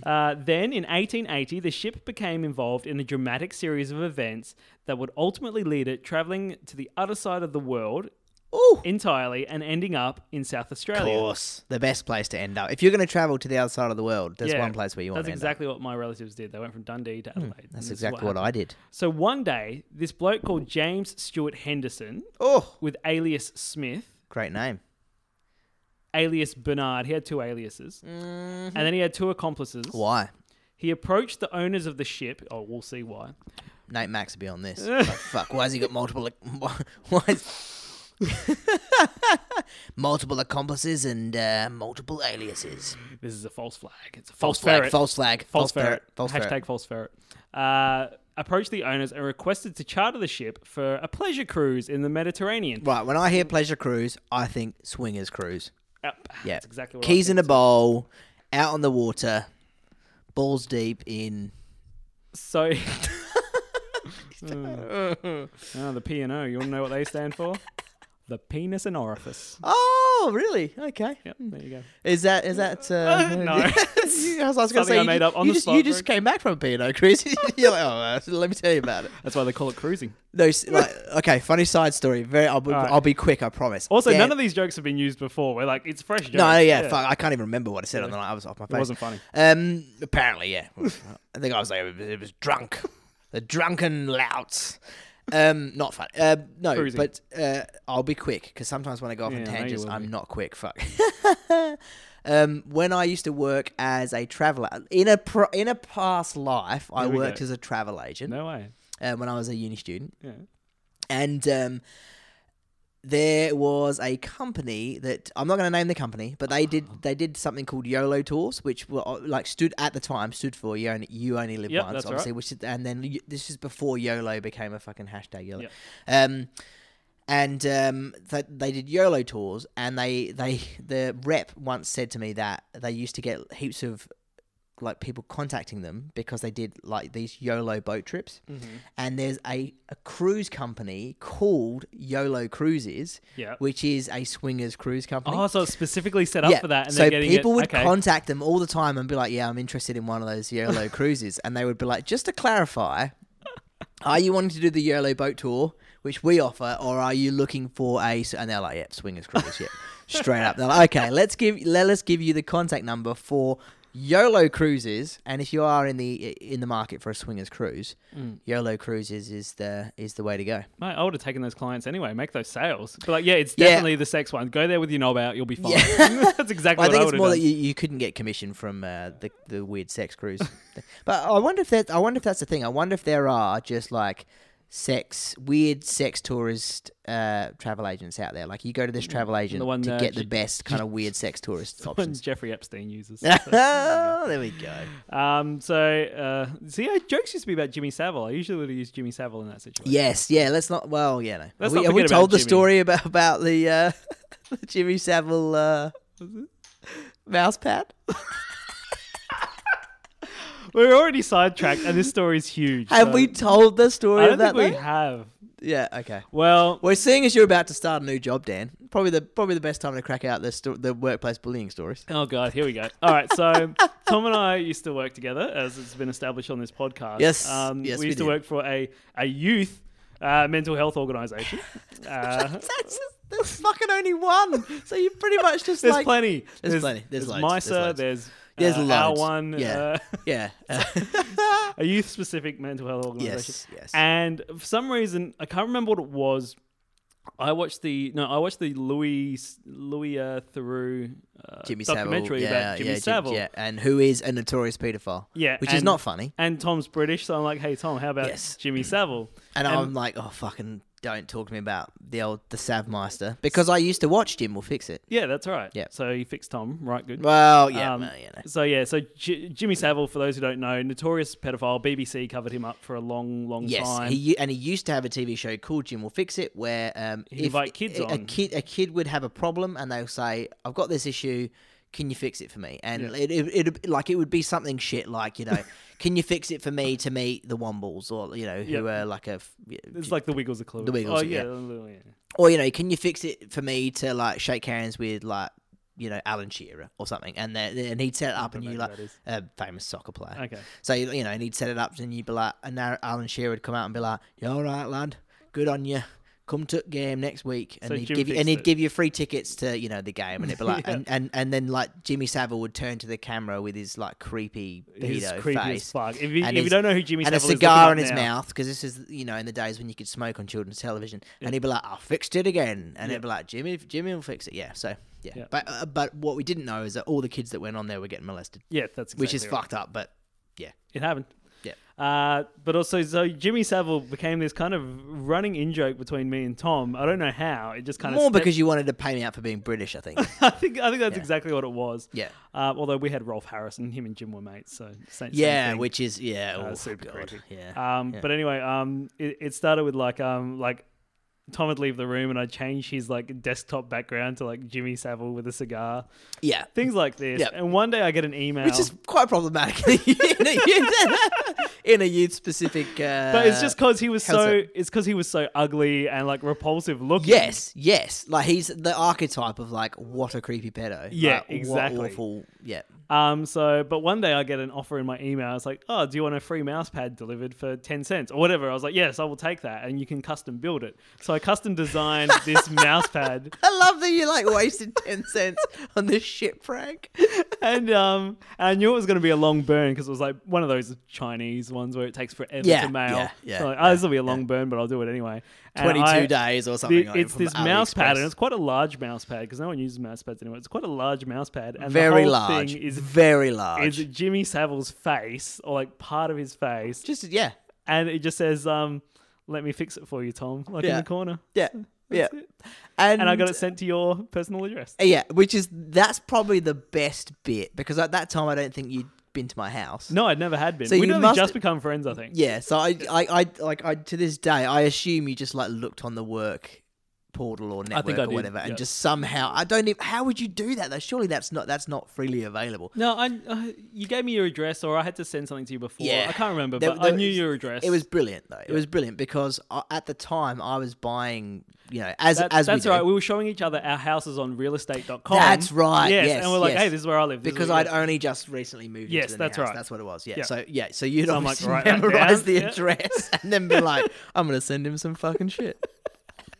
Speaker 2: uh, then in 1880, the ship became involved in a dramatic series of events that would ultimately lead it traveling to the other side of the world
Speaker 3: Oh,
Speaker 2: entirely and ending up in South
Speaker 3: of
Speaker 2: Australia.
Speaker 3: course, the best place to end up. If you're going to travel to the other side of the world, there's
Speaker 2: Yeah,
Speaker 3: one place where you want
Speaker 2: That's
Speaker 3: to end
Speaker 2: exactly what my relatives did. They went from Dundee to Adelaide. and
Speaker 3: up. That's
Speaker 2: this is
Speaker 3: exactly what,
Speaker 2: happened.
Speaker 3: I did.
Speaker 2: So one day, this bloke called James Stewart Henderson,
Speaker 3: Oh,
Speaker 2: with alias Smith,
Speaker 3: great name.
Speaker 2: alias Bernard, he had two aliases,
Speaker 3: Mm-hmm.
Speaker 2: and then he had two accomplices.
Speaker 3: Why?
Speaker 2: He approached the owners of the ship. Oh, we'll see why.
Speaker 3: Nate Max would be on this. Like, fuck, why has he got multiple? Why? why is- multiple accomplices and uh, multiple aliases.
Speaker 2: This is a false flag. It's a
Speaker 3: False
Speaker 2: false,
Speaker 3: flag.
Speaker 2: ferret.
Speaker 3: False flag.
Speaker 2: false ferret.
Speaker 3: False
Speaker 2: Hashtag
Speaker 3: ferret.
Speaker 2: false ferret. Uh, approached the owners and requested to charter the ship for a pleasure cruise in the Mediterranean.
Speaker 3: Right. When I hear pleasure cruise, I think swingers cruise.
Speaker 2: Yep.
Speaker 3: Yeah.
Speaker 2: That's exactly what
Speaker 3: Keys
Speaker 2: I
Speaker 3: in a bowl, out on the water, balls deep in.
Speaker 2: So.
Speaker 3: Hmm.
Speaker 2: oh, the P and O. You want to know what they stand for? The penis and orifice.
Speaker 3: Oh, really? Okay.
Speaker 2: Yep, there you go.
Speaker 3: Is that is that? Uh,
Speaker 2: no.
Speaker 3: I was, going to
Speaker 2: Something
Speaker 3: say
Speaker 2: I
Speaker 3: you
Speaker 2: made
Speaker 3: ju-
Speaker 2: up on
Speaker 3: you
Speaker 2: the
Speaker 3: just,
Speaker 2: spot,
Speaker 3: You just
Speaker 2: bro.
Speaker 3: came back from a P&O cruise. You're like, oh, uh, let me tell you about it.
Speaker 2: That's why they call it cruising.
Speaker 3: No, s- like, okay. Funny side story. Very. I'll be,
Speaker 2: Alright.
Speaker 3: I'll be quick. I promise.
Speaker 2: Also, none of these jokes have been used before. We're like, it's fresh jokes.
Speaker 3: No, yeah, fuck. I can't even remember what I said on the night. I was off my face.
Speaker 2: wasn't funny.
Speaker 3: Um, apparently, yeah. I think I was like, it was, it was drunk, the drunken louts. Um, not fun. Uh, no,
Speaker 2: Cruising.
Speaker 3: but uh, I'll be quick because sometimes when I go off
Speaker 2: Yeah,
Speaker 3: on
Speaker 2: I know you
Speaker 3: tangents,
Speaker 2: will
Speaker 3: I'm
Speaker 2: be.
Speaker 3: not quick. Fuck. um, when I used to work as a traveler in a pro- in a past life, I
Speaker 2: There we go.
Speaker 3: worked as a travel agent
Speaker 2: No way.
Speaker 3: uh, when I was a uni student
Speaker 2: Yeah.
Speaker 3: and um, there was a company that I'm not going to name the company, but they did they did something called YOLO tours, which were uh, like stood at the time stood for you only you only live
Speaker 2: Yep,
Speaker 3: once,
Speaker 2: that's
Speaker 3: obviously. Which is, and then y- this is before YOLO became a fucking hashtag YOLO.
Speaker 2: Yep.
Speaker 3: Um, and um, th- they did YOLO tours, and they they the rep once said to me that they used to get heaps of like people contacting them because they did like these YOLO boat trips, and there's a, a cruise company called YOLO Cruises,
Speaker 2: Yeah.
Speaker 3: which is a swingers cruise company.
Speaker 2: Oh, so it's specifically set up for that, and
Speaker 3: so
Speaker 2: they're getting
Speaker 3: people
Speaker 2: it.
Speaker 3: would
Speaker 2: okay.
Speaker 3: contact them all the time and be like, "Yeah, I'm interested in one of those YOLO cruises," and they would be like, "Just to clarify, are you wanting to do the YOLO boat tour, which we offer, or are you looking for a?" s-" And they're like, "Yeah, swingers cruise, yeah, straight up." They're like, "Okay, let's give let us give you the contact number for." YOLO Cruises, and if you are in the in the market for a swingers cruise, YOLO Cruises is the is the way to go.
Speaker 2: Hmm. Mate, I would have taken those clients anyway. Make those sales. But like, yeah, it's
Speaker 3: Yeah.
Speaker 2: definitely the sex one. Go there with your knob out. You'll be fine. That's exactly
Speaker 3: I
Speaker 2: what I
Speaker 3: think it's
Speaker 2: would have
Speaker 3: more
Speaker 2: done.
Speaker 3: that you, you couldn't get commission from uh, the the weird sex cruise. but I wonder if that I wonder if that's the thing. I wonder if there are just like sex weird sex tourist uh, travel agents out there. Like you go to this travel agent
Speaker 2: one
Speaker 3: to
Speaker 2: that
Speaker 3: get the
Speaker 2: j-
Speaker 3: best kind of weird sex tourist
Speaker 2: One
Speaker 3: options.
Speaker 2: Jeffrey Epstein uses.
Speaker 3: there we go.
Speaker 2: um, so uh, see, uh, jokes used to be about Jimmy Savile. I usually would have used Jimmy Savile in that situation.
Speaker 3: Yes, yeah. Let's not. Well, yeah. No.
Speaker 2: Let's
Speaker 3: have we,
Speaker 2: not
Speaker 3: have we
Speaker 2: forget about
Speaker 3: told the
Speaker 2: Jimmy.
Speaker 3: story about about the, uh, the Jimmy Savile uh, mouse pad?
Speaker 2: We're already sidetracked, and this story is huge.
Speaker 3: Have
Speaker 2: so-
Speaker 3: we told the story
Speaker 2: I don't
Speaker 3: of that?
Speaker 2: think we
Speaker 3: though?
Speaker 2: have.
Speaker 3: yeah. Okay.
Speaker 2: Well,
Speaker 3: Well, seeing as you're about to start a new job, Dan, probably the probably the best time to crack out the sto- the workplace bullying stories.
Speaker 2: oh god, here we go. All right, so Tom and I used to work together, as it's been established on this podcast.
Speaker 3: Yes,
Speaker 2: um,
Speaker 3: yes,
Speaker 2: we
Speaker 3: we
Speaker 2: used
Speaker 3: did.
Speaker 2: to work for a a youth uh, mental health organisation. Uh,
Speaker 3: That's just, there's fucking only one, so you pretty much just
Speaker 2: there's
Speaker 3: like
Speaker 2: plenty.
Speaker 3: There's plenty. There's
Speaker 2: there's
Speaker 3: loads. There's
Speaker 2: MISA.
Speaker 3: loads.
Speaker 2: There's
Speaker 3: There's
Speaker 2: uh,
Speaker 3: loads.
Speaker 2: R1.
Speaker 3: Yeah.
Speaker 2: uh,
Speaker 3: yeah, uh,
Speaker 2: a youth specific mental health organisation.
Speaker 3: yes, yes.
Speaker 2: And for some reason, I can't remember what it was. I watched the no, I watched the Louis Louis uh, Theroux uh,
Speaker 3: Jimmy
Speaker 2: documentary
Speaker 3: Savile, yeah,
Speaker 2: about Jimmy
Speaker 3: yeah, Jim-
Speaker 2: Savile.
Speaker 3: yeah, and who is a notorious paedophile,
Speaker 2: Yeah,
Speaker 3: which is
Speaker 2: and-
Speaker 3: not funny.
Speaker 2: And Tom's British, so I'm like, hey Tom, how about
Speaker 3: Yes.
Speaker 2: Jimmy Savile?
Speaker 3: And,
Speaker 2: and-
Speaker 3: I'm like, oh fucking, don't talk to me about the old the Savmeister because I used to watch Jim. Will fix it.
Speaker 2: Yeah, that's right.
Speaker 3: Yeah.
Speaker 2: So you fixed Tom, right? Good.
Speaker 3: Well, yeah,
Speaker 2: Um,
Speaker 3: well, you know.
Speaker 2: So yeah, so J- Jimmy Savile, for those who don't know, notorious pedophile. BBC covered him up for a long, long
Speaker 3: Yes,
Speaker 2: time.
Speaker 3: he u- and he used to have a TV show called Jim Will Fix It, where um,
Speaker 2: He'd invite kids
Speaker 3: a, a
Speaker 2: on.
Speaker 3: kid a kid would have a problem, and they'll say, "I've got this issue, can you fix it for me?" And
Speaker 2: Yeah.
Speaker 3: it, it, it like it would be something shit like you know, "Can you fix it for me to meet the Wombles?" or you know, who
Speaker 2: Yep.
Speaker 3: are like a f-
Speaker 2: it's like the Wiggles are clever.
Speaker 3: The Wiggles,
Speaker 2: Oh
Speaker 3: yeah.
Speaker 2: yeah. yeah.
Speaker 3: or you know, can you fix it for me to like shake hands with like you know Alan Shearer or something? And they- they- and he'd set it up, and
Speaker 2: know
Speaker 3: you
Speaker 2: who
Speaker 3: like
Speaker 2: that is.
Speaker 3: a famous soccer player.
Speaker 2: Okay.
Speaker 3: So you you know, and he'd set it up, and you'd be like, and now Alan Shearer would come out and be like, "You all right, lad? Good on you." come to game next week, and
Speaker 2: So
Speaker 3: he'd
Speaker 2: Jim
Speaker 3: give you,
Speaker 2: fixed
Speaker 3: and he'd
Speaker 2: it.
Speaker 3: give you free tickets to you know the game, and it'd be like,
Speaker 2: Yeah.
Speaker 3: and, and and then like Jimmy Savile would turn to the camera with his like creepy
Speaker 2: He's
Speaker 3: pedo
Speaker 2: creepy as
Speaker 3: face.
Speaker 2: fuck. If you,
Speaker 3: and
Speaker 2: if you
Speaker 3: his-
Speaker 2: don't know who Jimmy
Speaker 3: and a
Speaker 2: Savile is, look him
Speaker 3: cigar
Speaker 2: up
Speaker 3: in his
Speaker 2: now.
Speaker 3: mouth because this is you know in the days when you could smoke on children's television and he'd be like I fixed it again and
Speaker 2: Yeah.
Speaker 3: it'd be like Jimmy Jimmy will fix it yeah so yeah,
Speaker 2: Yeah.
Speaker 3: but uh, but what we didn't know is that all the kids that went on there were getting molested
Speaker 2: yeah, that's
Speaker 3: which is
Speaker 2: exactly right.
Speaker 3: fucked up but yeah
Speaker 2: It happened.
Speaker 3: Yeah.
Speaker 2: Uh, but also, so Jimmy Savile became this kind of running in joke between me and Tom. I don't know how. It just kind
Speaker 3: more
Speaker 2: of stepped-
Speaker 3: because you wanted to pay me out for being British I think
Speaker 2: I think I think that's
Speaker 3: Yeah.
Speaker 2: exactly what it was.
Speaker 3: yeah
Speaker 2: Uh, although we had Rolf Harrison, him and Jim were mates, so same, same
Speaker 3: yeah
Speaker 2: thing.
Speaker 3: which is yeah
Speaker 2: Uh,
Speaker 3: oh,
Speaker 2: super
Speaker 3: God,
Speaker 2: creepy.
Speaker 3: yeah
Speaker 2: Um,
Speaker 3: yeah.
Speaker 2: But anyway, um, it, it started with like um, like Tom would leave the room, and I changed his like desktop background to like Jimmy Savile with a cigar,
Speaker 3: yeah
Speaker 2: things like this.
Speaker 3: Yep.
Speaker 2: And one day I get an email,
Speaker 3: which is quite problematic in a youth, in a youth specific uh,
Speaker 2: but it's just because he was
Speaker 3: how's
Speaker 2: so it's because he was so ugly and like repulsive looking.
Speaker 3: Yes, yes. Like he's the archetype of like what a creepy pedo.
Speaker 2: Yeah,
Speaker 3: Like,
Speaker 2: exactly.
Speaker 3: What awful. Yeah.
Speaker 2: Um, so, but one day I get an offer in my email. It's like, oh, do you want a free mouse pad delivered for 10 cents or whatever? I was like, yes, I will take that. And you can custom build it. So I custom designed this mouse pad
Speaker 3: I love that you like wasted ten cents on this shit prank.
Speaker 2: and, um, and I knew it was going to be a long burn because it was like one of those Chinese ones where it takes forever
Speaker 3: Yeah,
Speaker 2: to mail.
Speaker 3: yeah, yeah,
Speaker 2: so like, oh, this will be a long burn, but I'll do it anyway. And
Speaker 3: Twenty two
Speaker 2: I-
Speaker 3: days or something.
Speaker 2: the-
Speaker 3: like
Speaker 2: it's
Speaker 3: from
Speaker 2: this mouse pad, and
Speaker 3: AliExpress.
Speaker 2: it's quite a large mouse pad because no one uses mouse pads anymore. It's quite a large mouse pad, and the
Speaker 3: very
Speaker 2: whole
Speaker 3: large.
Speaker 2: thing is
Speaker 3: very large.
Speaker 2: is Jimmy Savile's face or like part of his face,
Speaker 3: just yeah,
Speaker 2: and it just says, um, "Let me fix it for you, Tom," like in
Speaker 3: Yeah.
Speaker 2: the corner.
Speaker 3: yeah, yeah. Mm.
Speaker 2: That's it. And I got it sent to your personal address.
Speaker 3: Yeah, which is that's probably the best bit because at that time I don't think you'd been to my house.
Speaker 2: No, I'd never had been.
Speaker 3: So
Speaker 2: We'd
Speaker 3: you
Speaker 2: only
Speaker 3: must-
Speaker 2: just become friends, I think.
Speaker 3: Yeah, so I, I, I, like, I to this day, I assume you just like looked on the work portal or network
Speaker 2: think I
Speaker 3: or
Speaker 2: did,
Speaker 3: whatever,
Speaker 2: yeah.
Speaker 3: and just somehow, I don't even. How would you do that? Though, surely that's not that's not freely available.
Speaker 2: No, I, uh, you gave me your address, or I had to send something to you before.
Speaker 3: Yeah.
Speaker 2: I can't remember,
Speaker 3: There-
Speaker 2: but I
Speaker 3: there
Speaker 2: knew
Speaker 3: is-
Speaker 2: your address.
Speaker 3: It was brilliant though. It was brilliant because I, at the time I was buying, you know, as
Speaker 2: That-
Speaker 3: as
Speaker 2: that's
Speaker 3: we do,
Speaker 2: right. We were showing each other our houses on realestate.com.
Speaker 3: That's right,
Speaker 2: Yes,
Speaker 3: yes,
Speaker 2: and we're like,
Speaker 3: yes.
Speaker 2: "Hey, this is where I live." this is
Speaker 3: because
Speaker 2: where-
Speaker 3: I'd only just recently moved.
Speaker 2: Yes,
Speaker 3: into the
Speaker 2: that's
Speaker 3: new house.
Speaker 2: right.
Speaker 3: That's what it was. Yeah.
Speaker 2: Yeah.
Speaker 3: So yeah, so you'd
Speaker 2: So I'm like,
Speaker 3: obviously
Speaker 2: write that
Speaker 3: memorize
Speaker 2: down,
Speaker 3: the
Speaker 2: yeah.
Speaker 3: address and then be like, I'm gonna send him some fucking shit.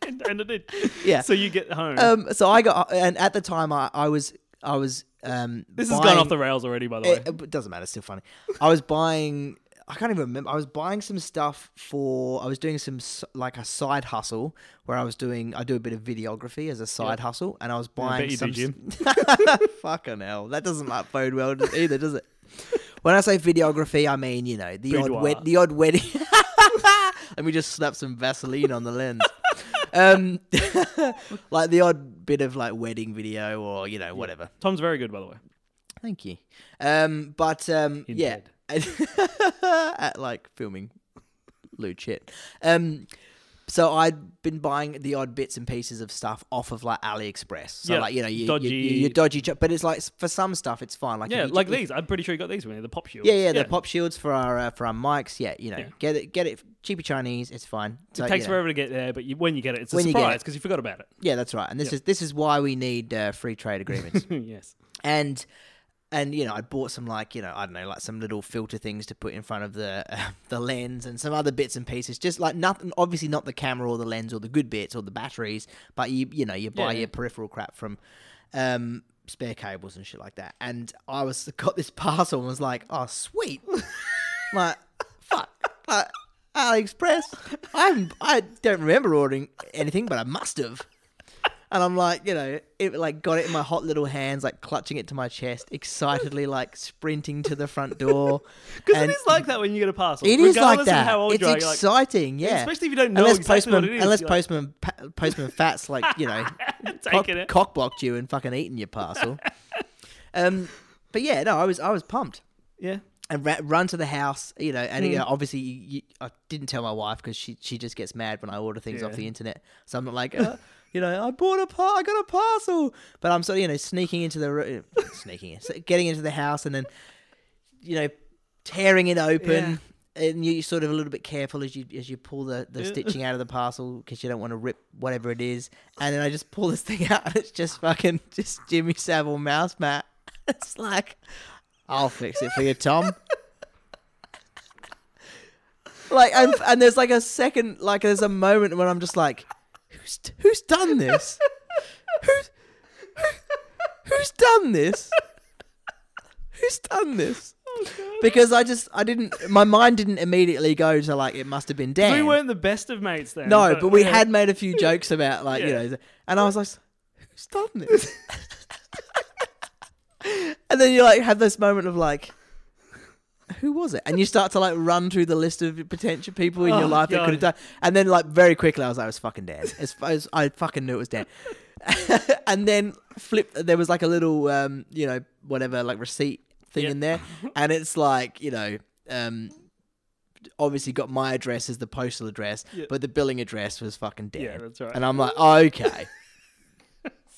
Speaker 2: and, and I did.
Speaker 3: Yeah.
Speaker 2: So you get home.
Speaker 3: um, so I got, and at the time I, I was, I was. Um,
Speaker 2: this has gone
Speaker 3: buying-
Speaker 2: off the rails already, by the way.
Speaker 3: It, Eh, it doesn't matter. It's still funny. I was buying. I can't even remember. I was buying some stuff for. I was doing some s- like a side hustle where I was doing. I do a bit of videography as a side hustle, and I was
Speaker 2: I
Speaker 3: buying
Speaker 2: bet you do,
Speaker 3: some.
Speaker 2: Jim.
Speaker 3: s- Fucking hell, that doesn't like bode well either, does it? When I say videography, I mean you know the odd
Speaker 2: Boudoir.
Speaker 3: wed- the odd wedding. Let me just slap some Vaseline on the lens. um, like the odd bit of like wedding video or you know whatever.
Speaker 2: Tom's very good, by the way.
Speaker 3: Thank you. Um, but um,
Speaker 2: In
Speaker 3: yeah, at like filming lewd shit. Um, so I'd been buying the odd bits and pieces of stuff off of like AliExpress. So
Speaker 2: Yeah,
Speaker 3: like you know, you,
Speaker 2: dodgy-
Speaker 3: dodgy. You, you, dodgy, jo- but it's like for some stuff it's fine. Like if
Speaker 2: Yeah,
Speaker 3: you-
Speaker 2: like
Speaker 3: if-
Speaker 2: these. I'm pretty sure you got these when the pop shields.
Speaker 3: Yeah, yeah, the pop shields for our uh, for our mics. Yeah, you know,
Speaker 2: Yeah.
Speaker 3: get it, get it, cheaper Chinese. It's fine. So,
Speaker 2: It
Speaker 3: you
Speaker 2: takes
Speaker 3: know.
Speaker 2: forever to get there, but you, when you get it, it's a
Speaker 3: When you get
Speaker 2: surprise
Speaker 3: it.
Speaker 2: because you forgot about it.
Speaker 3: Yeah, that's right. And this
Speaker 2: Yeah.
Speaker 3: is this is why we need uh, free trade agreements.
Speaker 2: yes.
Speaker 3: and and you know I bought some like you know I don't know like some little filter things to put in front of the the lens and some other bits and pieces just like nothing obviously not the camera or the lens or the good bits or the batteries but you you know you buy
Speaker 2: Yeah.
Speaker 3: your peripheral crap from um spare cables and shit like that and I was got this parcel and was like oh sweet like fuck like AliExpress I haven't, I don't remember ordering anything but I must have and I'm like, you know, it like got it in my hot little hands, like clutching it to my chest, excitedly like sprinting to the front door.
Speaker 2: Because it
Speaker 3: And
Speaker 2: is like that when you get a parcel.
Speaker 3: it is like
Speaker 2: regardless of
Speaker 3: that.
Speaker 2: how old
Speaker 3: it's
Speaker 2: you are, you're like,
Speaker 3: exciting, yeah.
Speaker 2: Especially if you don't know exactly
Speaker 3: postman,
Speaker 2: what it is.
Speaker 3: unless
Speaker 2: you're like,
Speaker 3: postman, pa- postman fats like you know, cock,
Speaker 2: taking it.
Speaker 3: cock blocked you and fucking eating your parcel. um, but yeah, no, I was I was pumped
Speaker 2: yeah.
Speaker 3: and ra- run to the house, you know. And you know, obviously, you, you, I didn't tell my wife because she she just gets mad when I order things off
Speaker 2: Yeah.
Speaker 3: the internet. So I'm not like, uh, you know, I bought a par, I got a parcel, but I'm sort of you know sneaking into the room, sneaking, in, so getting into the house, and then you know tearing it open.
Speaker 2: Yeah.
Speaker 3: And you're sort of a little bit careful as you as you pull the, the
Speaker 2: Yeah.
Speaker 3: stitching out of the parcel because you don't want to rip whatever it is. And then I just pull this thing out and it's just fucking just Jimmy Savile mouse mat. It's like, I'll fix it for you, Tom. like, and, and there's like a second, like there's a moment when I'm just like, who's who's done this? who's who, who's done this? Who's done this? Because I just I didn't my mind didn't immediately go to like it must have been Dan.
Speaker 2: We weren't the best of mates then.
Speaker 3: no, but we
Speaker 2: yeah.
Speaker 3: had made a few jokes about like
Speaker 2: Yeah.
Speaker 3: you know, and I was like, who's done this? and then you like have this moment of like. Who was it? And you start to like run through the list of potential people in
Speaker 2: Oh,
Speaker 3: your life that
Speaker 2: God.
Speaker 3: could have done, and then like very quickly I was like, it was fucking Dan. As far as I fucking knew it was Dan. and then flip, there was like a little, um, you know, whatever, like receipt thing
Speaker 2: Yeah.
Speaker 3: in there, and it's like, you know, um, obviously got my address as the postal address,
Speaker 2: Yeah.
Speaker 3: but the billing address was fucking Dan.
Speaker 2: Yeah, that's right.
Speaker 3: And I'm like, oh, okay,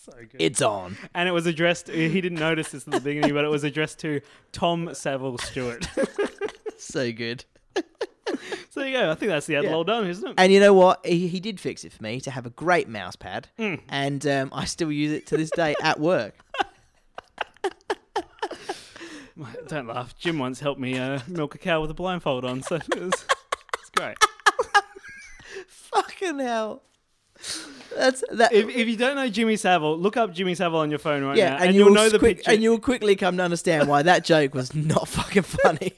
Speaker 2: So good.
Speaker 3: it's on.
Speaker 2: and it was addressed. He didn't notice this at the beginning, but it was addressed to Tom Savile Stewart.
Speaker 3: So good.
Speaker 2: so there you go. I think that's the ad
Speaker 3: Yeah.
Speaker 2: well done, isn't it?
Speaker 3: And you know what? He, he did fix it for me to have a great mouse pad,
Speaker 2: Hmm.
Speaker 3: and um, I still use it to this day at work.
Speaker 2: Don't laugh. Jim once helped me uh, milk a cow with a blindfold on, so it was, it's great.
Speaker 3: Fucking hell. That's that.
Speaker 2: If, if you don't know Jimmy Savile, look up Jimmy Savile on your phone right
Speaker 3: yeah,
Speaker 2: now,
Speaker 3: and, you'll,
Speaker 2: know the
Speaker 3: quick,
Speaker 2: picture.
Speaker 3: and you'll quickly come to understand why that joke was not fucking funny.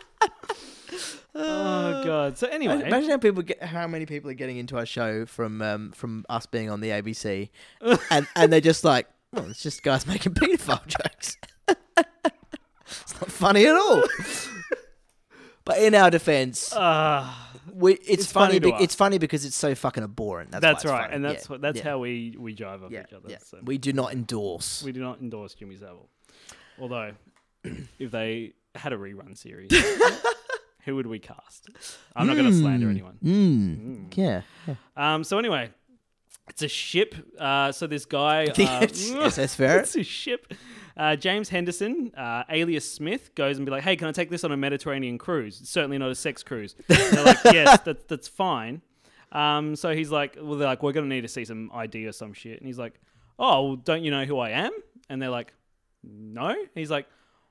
Speaker 2: oh god. So anyway,
Speaker 3: Imagine how people get, how many people are getting into our show from um, from us being on the ABC, and and they're just like, well, it's just guys making paedophile jokes. it's not funny at all. but in our defence,
Speaker 2: Ah,
Speaker 3: we it's,
Speaker 2: it's funny
Speaker 3: funny.
Speaker 2: to
Speaker 3: be-
Speaker 2: us.
Speaker 3: it's funny because it's so fucking abhorrent. That's, why
Speaker 2: that's
Speaker 3: it's
Speaker 2: right,
Speaker 3: funny.
Speaker 2: and that's
Speaker 3: yeah.
Speaker 2: what that's
Speaker 3: yeah.
Speaker 2: how we we jive off
Speaker 3: yeah,
Speaker 2: each other.
Speaker 3: yeah.
Speaker 2: So.
Speaker 3: we do not endorse.
Speaker 2: We do not endorse Jimmy Savile. Although, if they had a rerun series, who would we cast? I'm not going to slander anyone.
Speaker 3: Mm. Yeah.
Speaker 2: Um, so anyway, it's a ship. Uh, so this guy, uh,
Speaker 3: Yes, yes, that's fair.
Speaker 2: it's a ship. Uh, James Henderson, uh, alias Smith, goes and be like, "Hey, can I take this on a Mediterranean cruise? It's certainly not a sex cruise." And they're like, "Yes, that, that's fine." Um, so he's like, "Well, they're like, we're going to need to see some ID or some shit," and he's like, "Oh, well, don't you know who I am?" And they're like, "No." He's like.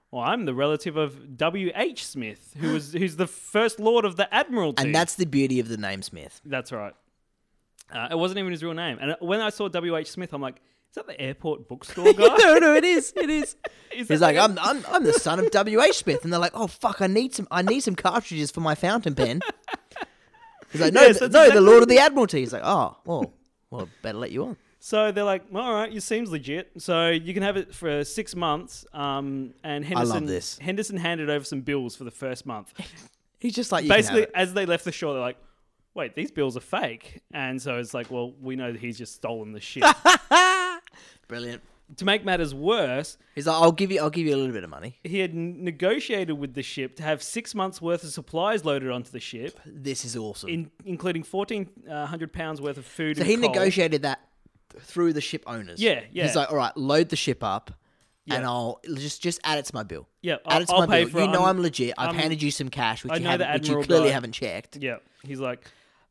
Speaker 2: Well, I'm the relative of W. H. Smith, who was who's the first Lord of the Admiralty.
Speaker 3: And that's the beauty of the name Smith.
Speaker 2: That's right. Uh, it wasn't even his real name. And when I saw W.H. Smith, I'm like, is that the airport bookstore guy?
Speaker 3: no, no, it is. It is.
Speaker 2: Is
Speaker 3: He's
Speaker 2: that
Speaker 3: like, I'm, I'm, I'm the son of W. H. Smith, and they're like, oh fuck, I need some, I need some cartridges for my fountain pen. He's like, no,
Speaker 2: Yes,
Speaker 3: th-
Speaker 2: that's
Speaker 3: no,
Speaker 2: exactly-
Speaker 3: the Lord of the Admiralty. He's like, oh, well, well, better let you on.
Speaker 2: So they're like, all right, you seems legit. So you can have it for six months. Um, and Henderson,
Speaker 3: this.
Speaker 2: Henderson handed over some bills for the first month.
Speaker 3: He's just like, you
Speaker 2: Basically,
Speaker 3: can have
Speaker 2: as they left the shore, they're like, wait, these bills are fake. And so it's like, well, we know that he's just stolen the ship.
Speaker 3: it. brilliant.
Speaker 2: to make matters worse,
Speaker 3: He's like, I'll give you, I'll give you a little bit of money.
Speaker 2: he had n- negotiated with the ship to have six months' worth of supplies loaded onto the ship.
Speaker 3: This is awesome.
Speaker 2: in, including fourteen uh, hundred pounds worth of food.
Speaker 3: so
Speaker 2: and
Speaker 3: he
Speaker 2: coal.
Speaker 3: negotiated that through the ship owners.
Speaker 2: Yeah, yeah.
Speaker 3: He's like, all right, load the ship up, and
Speaker 2: Yeah.
Speaker 3: I'll just, just add it to my bill.
Speaker 2: Yeah,
Speaker 3: Add
Speaker 2: I'll,
Speaker 3: it to
Speaker 2: I'll
Speaker 3: my
Speaker 2: pay
Speaker 3: bill.
Speaker 2: for
Speaker 3: you
Speaker 2: it.
Speaker 3: know
Speaker 2: I'm-
Speaker 3: I'm legit. I've
Speaker 2: I'm-
Speaker 3: handed you some cash, which
Speaker 2: I
Speaker 3: you,
Speaker 2: know the
Speaker 3: haven't, which you
Speaker 2: Admiral
Speaker 3: clearly
Speaker 2: guy.
Speaker 3: haven't checked.
Speaker 2: Yeah, he's like,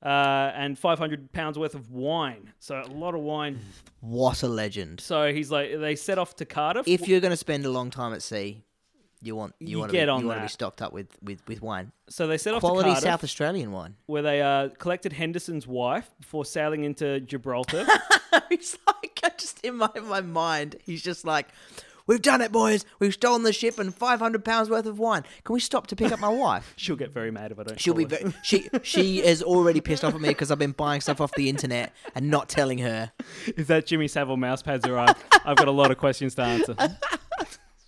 Speaker 2: uh, and five hundred pounds worth of wine. So a lot of wine.
Speaker 3: What a legend.
Speaker 2: So he's like, they set off to Cardiff.
Speaker 3: if you're going to spend a long time at sea, you want you,
Speaker 2: You
Speaker 3: want
Speaker 2: get
Speaker 3: to be,
Speaker 2: on
Speaker 3: you want to
Speaker 2: that.
Speaker 3: be stocked up with with with wine,
Speaker 2: so they set off
Speaker 3: quality
Speaker 2: to Cardiff,
Speaker 3: South Australian wine.
Speaker 2: where they uh, collected Henderson's wife before sailing into Gibraltar.
Speaker 3: he's like, I just in my my mind, he's just like, "We've done it, boys. We've stolen the ship and five hundred pounds worth of wine. Can we stop to pick up my wife?"
Speaker 2: She'll get very mad if I don't.
Speaker 3: She'll be
Speaker 2: call her.
Speaker 3: very, she she is already pissed off at me because I've been buying stuff off the internet and not telling her.
Speaker 2: If that Jimmy Savile mouse pad's arrived, I've got a lot of questions to answer.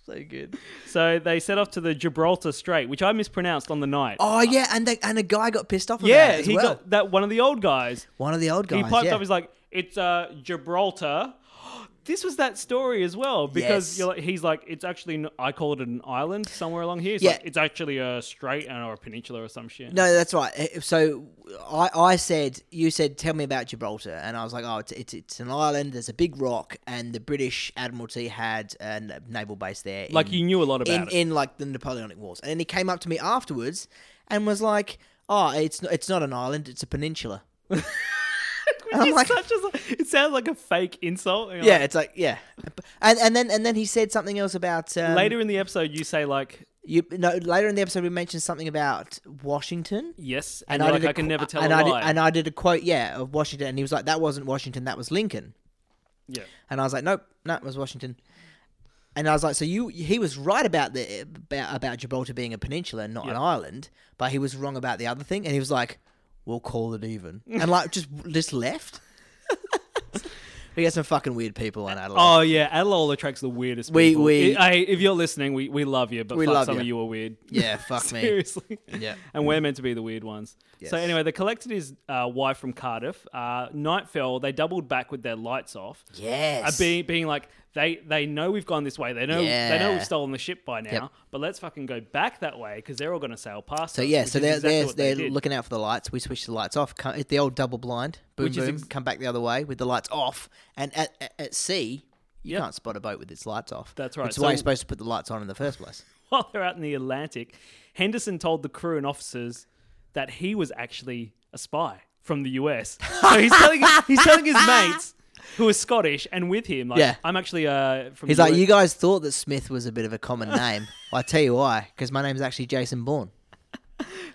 Speaker 3: So good.
Speaker 2: So they set off to the Gibraltar Strait, which I mispronounced on the night.
Speaker 3: Oh yeah, and they, and a guy got pissed off. about
Speaker 2: yeah,
Speaker 3: it as
Speaker 2: he
Speaker 3: well.
Speaker 2: got that one of the old guys.
Speaker 3: one of the old guys.
Speaker 2: he piped
Speaker 3: yeah.
Speaker 2: up. He's like, "It's uh, Gibraltar." This was that story as well because
Speaker 3: Yes.
Speaker 2: you're like, he's like, "It's actually n- I call it an island somewhere along here." It's
Speaker 3: Yeah.
Speaker 2: like, it's actually a strait and- or a peninsula or some shit.
Speaker 3: No, that's right. Eh, So I, I said, you said, tell me about Gibraltar, and I was like, oh, it's it's, it's an island. There's a big rock, and the British Admiralty had a n- naval base there. In,
Speaker 2: like you knew a lot about
Speaker 3: in,
Speaker 2: it.
Speaker 3: in like the Napoleonic Wars, and then he came up to me afterwards and was like, oh, it's not, it's not an island. It's a peninsula. and I'm
Speaker 2: It's
Speaker 3: like,
Speaker 2: such a- it sounds like a fake insult. and you're
Speaker 3: yeah, it's like yeah, and and then and then he said something else about um,
Speaker 2: like- later in the episode, you say like
Speaker 3: You no later in the episode we mentioned something about Washington.
Speaker 2: Yes, and, you're like, I
Speaker 3: a
Speaker 2: can
Speaker 3: qu-
Speaker 2: never tell
Speaker 3: and
Speaker 2: a
Speaker 3: I
Speaker 2: lie.
Speaker 3: Did, and I did a quote, yeah, of Washington, and he was like, "That wasn't Washington, that was Lincoln."
Speaker 2: yeah,
Speaker 3: And I was like, nope, that was Washington. And I was like, so you, he was right about the about, about Gibraltar being a peninsula and not an
Speaker 2: Yeah.
Speaker 3: island, but he was wrong about the other thing. And he was like, we'll call it even, and like just just left. we got some fucking weird people in Adelaide.
Speaker 2: Oh yeah, Adelaide attracts the weirdest.
Speaker 3: We-
Speaker 2: people.
Speaker 3: we-
Speaker 2: I, I- if you're listening, we, we love you, but
Speaker 3: We
Speaker 2: fuck,
Speaker 3: love
Speaker 2: some
Speaker 3: you.
Speaker 2: of you are weird.
Speaker 3: yeah, fuck me.
Speaker 2: Seriously.
Speaker 3: Yeah.
Speaker 2: And we're meant to be the weird ones.
Speaker 3: Yes.
Speaker 2: So anyway, they collected his uh, wife from Cardiff. Uh, night fell. They doubled back with their lights off. Uh,
Speaker 3: Yes.
Speaker 2: being being like they they know we've gone this way. They know they know
Speaker 3: Yeah.
Speaker 2: we've stolen the ship by now.
Speaker 3: Yep.
Speaker 2: But let's fucking go back that way because they're all going to sail past.
Speaker 3: so
Speaker 2: us,
Speaker 3: yeah,
Speaker 2: which
Speaker 3: so
Speaker 2: is
Speaker 3: they're
Speaker 2: exactly
Speaker 3: they're,
Speaker 2: what they
Speaker 3: they're
Speaker 2: did.
Speaker 3: looking out for the lights. We switch the lights off. Come, it's the old double blind. Boom
Speaker 2: Which is
Speaker 3: boom.
Speaker 2: ex-
Speaker 3: come back the other way with the lights off. And at at, at sea, you
Speaker 2: Yeah.
Speaker 3: can't spot a boat with its lights off.
Speaker 2: That's right.
Speaker 3: Which is why
Speaker 2: So-
Speaker 3: you're supposed to put the lights on in the first place.
Speaker 2: while they're out in the Atlantic, Henderson told the crew and officers that he was actually a spy from the US. So he's telling he's telling his mates who are Scottish and with him, like
Speaker 3: Yeah.
Speaker 2: I'm actually uh from
Speaker 3: He's
Speaker 2: the
Speaker 3: like,
Speaker 2: US."
Speaker 3: you guys thought that Smith was a bit of a common name. well, I tell you why, because my name's actually Jason Bourne.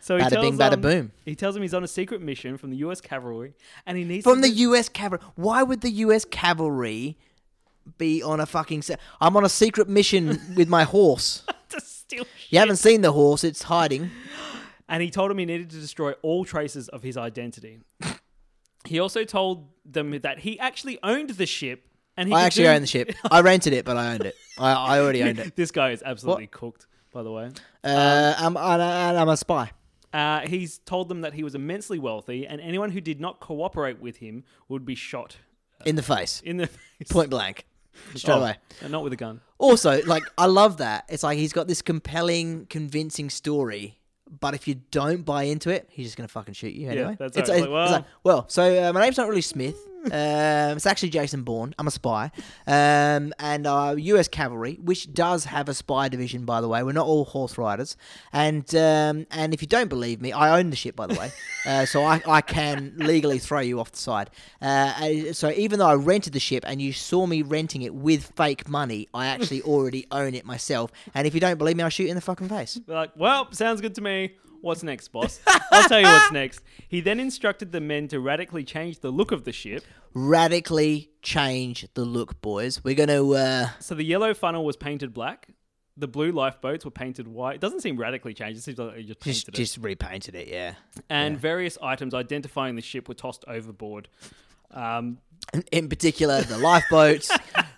Speaker 2: so he
Speaker 3: bada bing,
Speaker 2: tells
Speaker 3: bada
Speaker 2: them-
Speaker 3: boom.
Speaker 2: He tells him he's on a secret mission from the US cavalry and he needs
Speaker 3: From
Speaker 2: to
Speaker 3: the U.S. cavalry. Why would the U.S. cavalry be on a fucking? Se- I'm on a secret mission with my horse.
Speaker 2: to steal shit.
Speaker 3: You haven't seen the horse; it's hiding.
Speaker 2: and he told him he needed to destroy all traces of his identity. he also told them that he actually owned the ship and he
Speaker 3: I
Speaker 2: could
Speaker 3: actually
Speaker 2: do-
Speaker 3: own the ship. I rented it, but I owned it. I, I already owned it.
Speaker 2: This guy is absolutely cooked, by the way.
Speaker 3: Uh, I'm, I'm, I'm a spy.
Speaker 2: Uh, he's told them that he was immensely wealthy, and anyone who did not cooperate with him would be shot
Speaker 3: In the face,
Speaker 2: in the face.
Speaker 3: point blank, straight
Speaker 2: Oh,
Speaker 3: away.
Speaker 2: and not with a gun.
Speaker 3: Also, like I love that. It's like he's got this compelling, convincing story, but if you don't buy into it, he's just gonna fucking shoot you anyway.
Speaker 2: that's
Speaker 3: it's,
Speaker 2: right.
Speaker 3: it's
Speaker 2: It's like,
Speaker 3: it's like, well, so uh, my name's not really Smith. Um, it's actually Jason Bourne. I'm a spy, um, and uh, U.S. Cavalry, which does have a spy division, by the way. We're not all horse riders, and um, and if you don't believe me, I own the ship, by the way, uh, so I, I can legally throw you off the side. Uh, I- so even though I rented the ship and you saw me renting it with fake money, I actually already own it myself. And if you don't believe me, I will shoot you in the fucking face.
Speaker 2: They're like, well, sounds good to me. What's next, boss? I'll tell you what's next. He then instructed the men to radically change the look of the ship.
Speaker 3: Radically change the look, boys. We're gonna. Uh,
Speaker 2: So the yellow funnel was painted black. The blue lifeboats were painted white. It doesn't seem radically changed. It seems like they just painted
Speaker 3: Just,
Speaker 2: it.
Speaker 3: just repainted it, yeah.
Speaker 2: and various items identifying the ship were tossed overboard. Um,
Speaker 3: In- In particular, the lifeboats,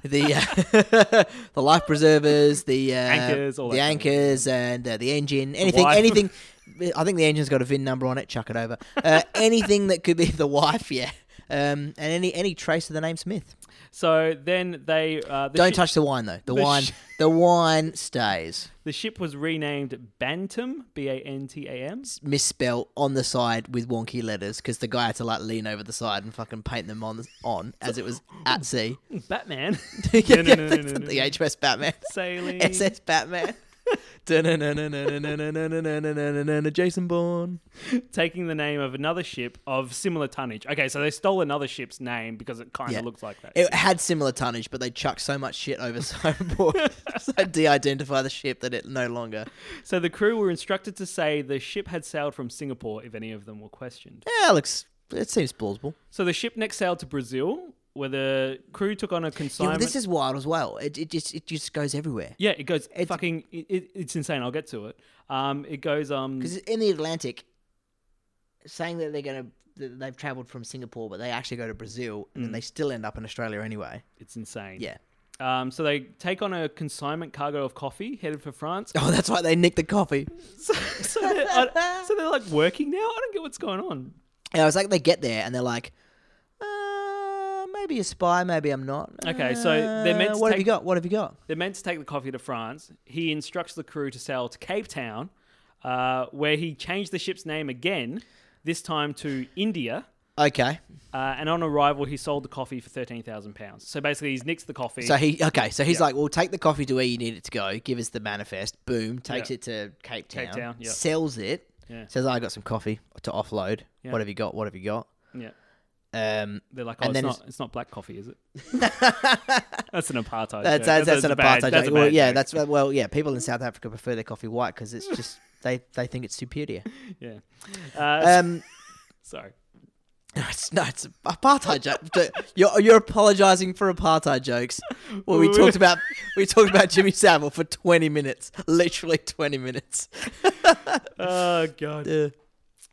Speaker 3: the uh, the life preservers, the uh,
Speaker 2: Anchors, all
Speaker 3: the
Speaker 2: that kind of
Speaker 3: anchors, and uh, the engine. Anything,
Speaker 2: wife.
Speaker 3: anything. I think the engine's got a VIN number on it. Chuck it over. Uh, anything that could be the wife, yeah. Um, and any any trace of the name Smith.
Speaker 2: so then they uh, the
Speaker 3: Don't
Speaker 2: ship-
Speaker 3: touch the wine though. The,
Speaker 2: the
Speaker 3: wine,
Speaker 2: sh-
Speaker 3: the wine stays
Speaker 2: The ship was renamed Bantam, B A N T A M.
Speaker 3: misspelt on the side with wonky letters because the guy had to like lean over the side and fucking paint them on on as it was at sea.
Speaker 2: Batman. No,
Speaker 3: yeah,
Speaker 2: no, no, no, no, no.
Speaker 3: the HMS Batman.
Speaker 2: Sailing.
Speaker 3: SS Batman. Jason Bourne.
Speaker 2: Taking the name of another ship of similar tonnage. Okay, so they stole another ship's name because it kind of
Speaker 3: Yeah.
Speaker 2: looks like that.
Speaker 3: It had similar tonnage, but they chucked so much shit overboard so de-identify the ship that it no longer.
Speaker 2: so the crew were instructed to say the ship had sailed from Singapore if any of them were questioned.
Speaker 3: Yeah, it looks. It seems plausible.
Speaker 2: So the ship next sailed to Brazil, where the crew took on a
Speaker 3: Yeah,
Speaker 2: consignment.
Speaker 3: well, this is wild as well. It, it just it just goes everywhere.
Speaker 2: Yeah, it goes fucking. It, it, it's insane. I'll get to it. Um, it goes. Um,
Speaker 3: Because in the Atlantic, saying that they're gonna that they've travelled from Singapore, but they actually go to Brazil,
Speaker 2: Mm.
Speaker 3: and then they still end up in Australia anyway.
Speaker 2: it's insane.
Speaker 3: Yeah.
Speaker 2: Um, so they take on a consignment cargo of coffee headed for France.
Speaker 3: Oh, that's right. They nicked the coffee.
Speaker 2: so, so, they're, I- so they're like working now. I don't get what's going on.
Speaker 3: And I was like, they get there and they're like, uh, maybe a spy, maybe I'm not.
Speaker 2: Okay, so they're meant
Speaker 3: Uh,
Speaker 2: to
Speaker 3: what have
Speaker 2: take-
Speaker 3: you got? What have you got?
Speaker 2: They're meant to take the coffee to France. He instructs the crew to sail to Cape Town, uh, where he changed the ship's name again, this time to India.
Speaker 3: Okay,
Speaker 2: Uh, and on arrival, he sold the coffee for thirteen thousand pounds. So basically, he's nixed the coffee.
Speaker 3: so he okay, so he's
Speaker 2: Yeah.
Speaker 3: like, "Well, take the coffee to where you need it to go. Give us the manifest. Boom, takes
Speaker 2: Yeah.
Speaker 3: it to Cape Town,
Speaker 2: Cape Town, yeah.
Speaker 3: sells it.
Speaker 2: Yeah.
Speaker 3: Says, "I got some coffee to offload.
Speaker 2: Yeah.
Speaker 3: What have you got? What have you got?"
Speaker 2: yeah.
Speaker 3: Um,
Speaker 2: They're like, oh,
Speaker 3: And
Speaker 2: it's
Speaker 3: then
Speaker 2: not,
Speaker 3: it's-
Speaker 2: it's not black coffee, is it? that's an apartheid.
Speaker 3: that's,
Speaker 2: joke.
Speaker 3: that's, that's an
Speaker 2: a bad-
Speaker 3: apartheid
Speaker 2: that's a
Speaker 3: joke. Well,
Speaker 2: bad
Speaker 3: yeah,
Speaker 2: joke.
Speaker 3: that's well, yeah. People in South Africa prefer their coffee white because it's just they they think it's superior.
Speaker 2: yeah. Uh,
Speaker 3: Um,
Speaker 2: sorry.
Speaker 3: no, it's no, it's apartheid joke. You're you're apologising for apartheid jokes. Well, we talked about we talked about Jimmy Savile for twenty minutes, literally twenty minutes.
Speaker 2: Oh god.
Speaker 3: Uh,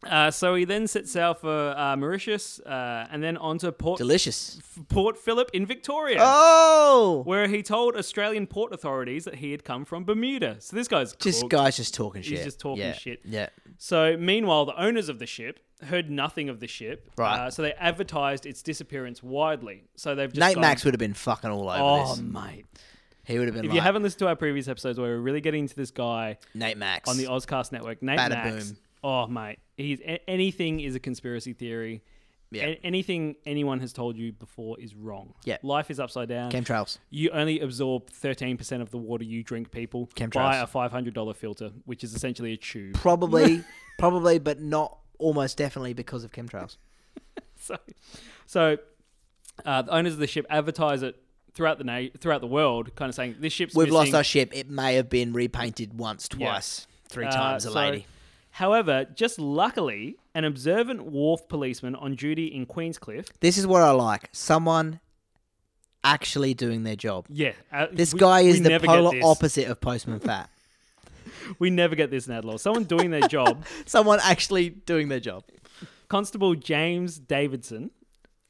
Speaker 2: Uh, so he then sets sail for uh, Mauritius, uh, and then on to Port
Speaker 3: delicious.
Speaker 2: Port Phillip in Victoria.
Speaker 3: Oh,
Speaker 2: Where he told Australian port authorities that he had come from Bermuda. So this guy's
Speaker 3: just
Speaker 2: cooked.
Speaker 3: guys just talking shit.
Speaker 2: just talking
Speaker 3: yeah.
Speaker 2: shit.
Speaker 3: Yeah.
Speaker 2: So, meanwhile, the owners of the ship heard nothing of the ship.
Speaker 3: Right.
Speaker 2: Uh, so they advertised its disappearance widely. So they've just
Speaker 3: Nate
Speaker 2: gone,
Speaker 3: Max would have been fucking all over
Speaker 2: Oh,
Speaker 3: this.
Speaker 2: mate!
Speaker 3: He would have been
Speaker 2: If
Speaker 3: like
Speaker 2: you haven't listened to our previous episodes where we're really getting into this guy
Speaker 3: Nate Max
Speaker 2: on the Ozcast network, Nate
Speaker 3: Bada
Speaker 2: Max.
Speaker 3: boom.
Speaker 2: Oh, mate! He's a- anything is a conspiracy theory.
Speaker 3: Yeah.
Speaker 2: A- anything anyone has told you before is wrong.
Speaker 3: Yeah.
Speaker 2: Life is upside down.
Speaker 3: chemtrails.
Speaker 2: you only absorb 13% of the water you drink, people.
Speaker 3: Chemtrails.
Speaker 2: Buy a $500 filter, which is essentially a tube.
Speaker 3: Probably, probably, but not almost definitely because of chemtrails.
Speaker 2: so, so uh, the owners of the ship advertise it throughout the na- throughout the world, kind of saying this ship's
Speaker 3: We've lost
Speaker 2: missing."
Speaker 3: our ship. It may have been repainted once, twice, three
Speaker 2: Uh,
Speaker 3: times a
Speaker 2: so-
Speaker 3: lady.
Speaker 2: However, just luckily, an observant wharf policeman on duty in Queenscliff.
Speaker 3: This is what I like. Someone actually doing their job.
Speaker 2: Yeah, uh,
Speaker 3: This
Speaker 2: we-
Speaker 3: guy
Speaker 2: we
Speaker 3: is the
Speaker 2: never get
Speaker 3: polar
Speaker 2: this.
Speaker 3: opposite of Postman Fat.
Speaker 2: We never get this in Adelaide. Someone doing their job.
Speaker 3: Someone actually doing their job
Speaker 2: Constable James Davidson,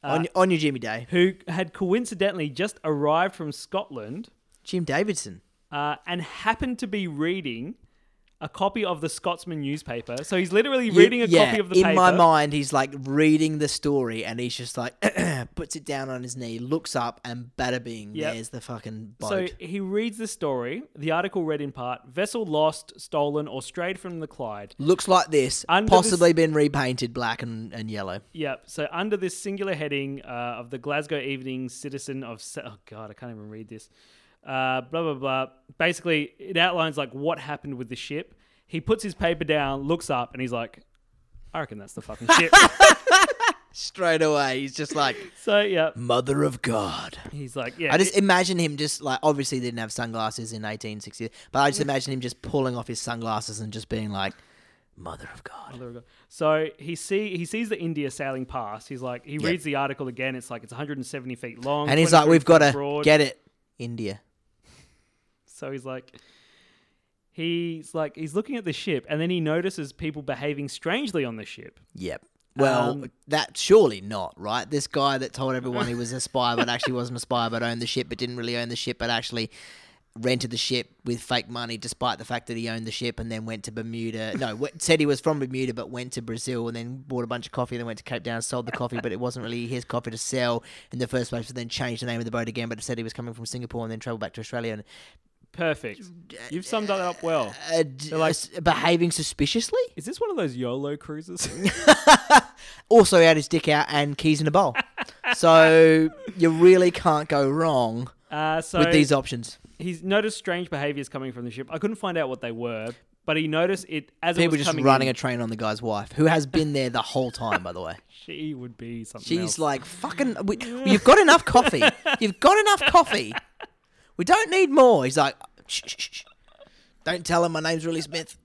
Speaker 2: Uh,
Speaker 3: on on your Jimmy Day.
Speaker 2: who had coincidentally just arrived from Scotland
Speaker 3: Jim Davidson.
Speaker 2: uh, and happened to be reading a copy of the Scotsman newspaper. So he's literally
Speaker 3: You-
Speaker 2: reading a
Speaker 3: yeah,
Speaker 2: copy of the
Speaker 3: in
Speaker 2: paper.
Speaker 3: my mind he's like reading the story and he's just like puts it down on his knee looks up and bada bing
Speaker 2: Yep.
Speaker 3: there's the fucking
Speaker 2: So
Speaker 3: boat
Speaker 2: he reads the story. The article read in part: vessel lost, stolen, or strayed from the Clyde.
Speaker 3: looks like this
Speaker 2: Under this-
Speaker 3: possibly been repainted black and, and yellow
Speaker 2: Yep. So under this singular heading uh, of the Glasgow Evening Citizen of, Sa- oh god, I can't even read this. Uh, blah blah blah. Basically, it outlines like what happened with the ship. He puts his paper down, looks up, and he's like, "I reckon that's the fucking ship."
Speaker 3: straight away he's just like
Speaker 2: so yeah,
Speaker 3: mother of god
Speaker 2: he's like, "Yeah."
Speaker 3: I just imagine him just like obviously didn't have sunglasses in 1860, but I just imagine him just pulling off his sunglasses and just being like, "Mother of God."
Speaker 2: Oh, There we go. So he see he sees the India sailing past. He's like he reads the article again. It's like it's 170 feet long,
Speaker 3: And he's like,
Speaker 2: 23
Speaker 3: "We've got
Speaker 2: feet
Speaker 3: to
Speaker 2: broad."
Speaker 3: get it, India."
Speaker 2: So he's like, he's like he's looking at the ship, and then he notices people behaving strangely on the ship.
Speaker 3: Yep. Well,
Speaker 2: Um,
Speaker 3: that surely not, right? This guy that told everyone he was a spy but actually wasn't a spy but owned the ship but didn't really own the ship but actually rented the ship with fake money despite the fact that he owned the ship and then went to Bermuda. No, went, said he was from Bermuda but went to Brazil and then bought a bunch of coffee and then went to Cape Town, sold the coffee but it wasn't really his coffee to sell in the first place but then changed the name of the boat again but it said he was coming from Singapore and then travelled back to Australia and
Speaker 2: Perfect. You've summed that up well.
Speaker 3: uh, d- s- behaving suspiciously.
Speaker 2: Is this one of those YOLO cruises?
Speaker 3: also he had his dick out and keys in a bowl. so you really can't go wrong
Speaker 2: uh, so
Speaker 3: with these options.
Speaker 2: he's noticed strange behaviors coming from the ship. I couldn't find out what they were, but he noticed it as it
Speaker 3: People
Speaker 2: was
Speaker 3: just
Speaker 2: coming
Speaker 3: running
Speaker 2: in,
Speaker 3: a train on the guy's wife, who has been there the whole time, by the way.
Speaker 2: She would be something.
Speaker 3: She's
Speaker 2: else.
Speaker 3: like, fucking, we, you've got enough coffee. You've got enough coffee. We don't need more. He's like, shh, shh, shh, shh. Don't tell him my name's really Smith.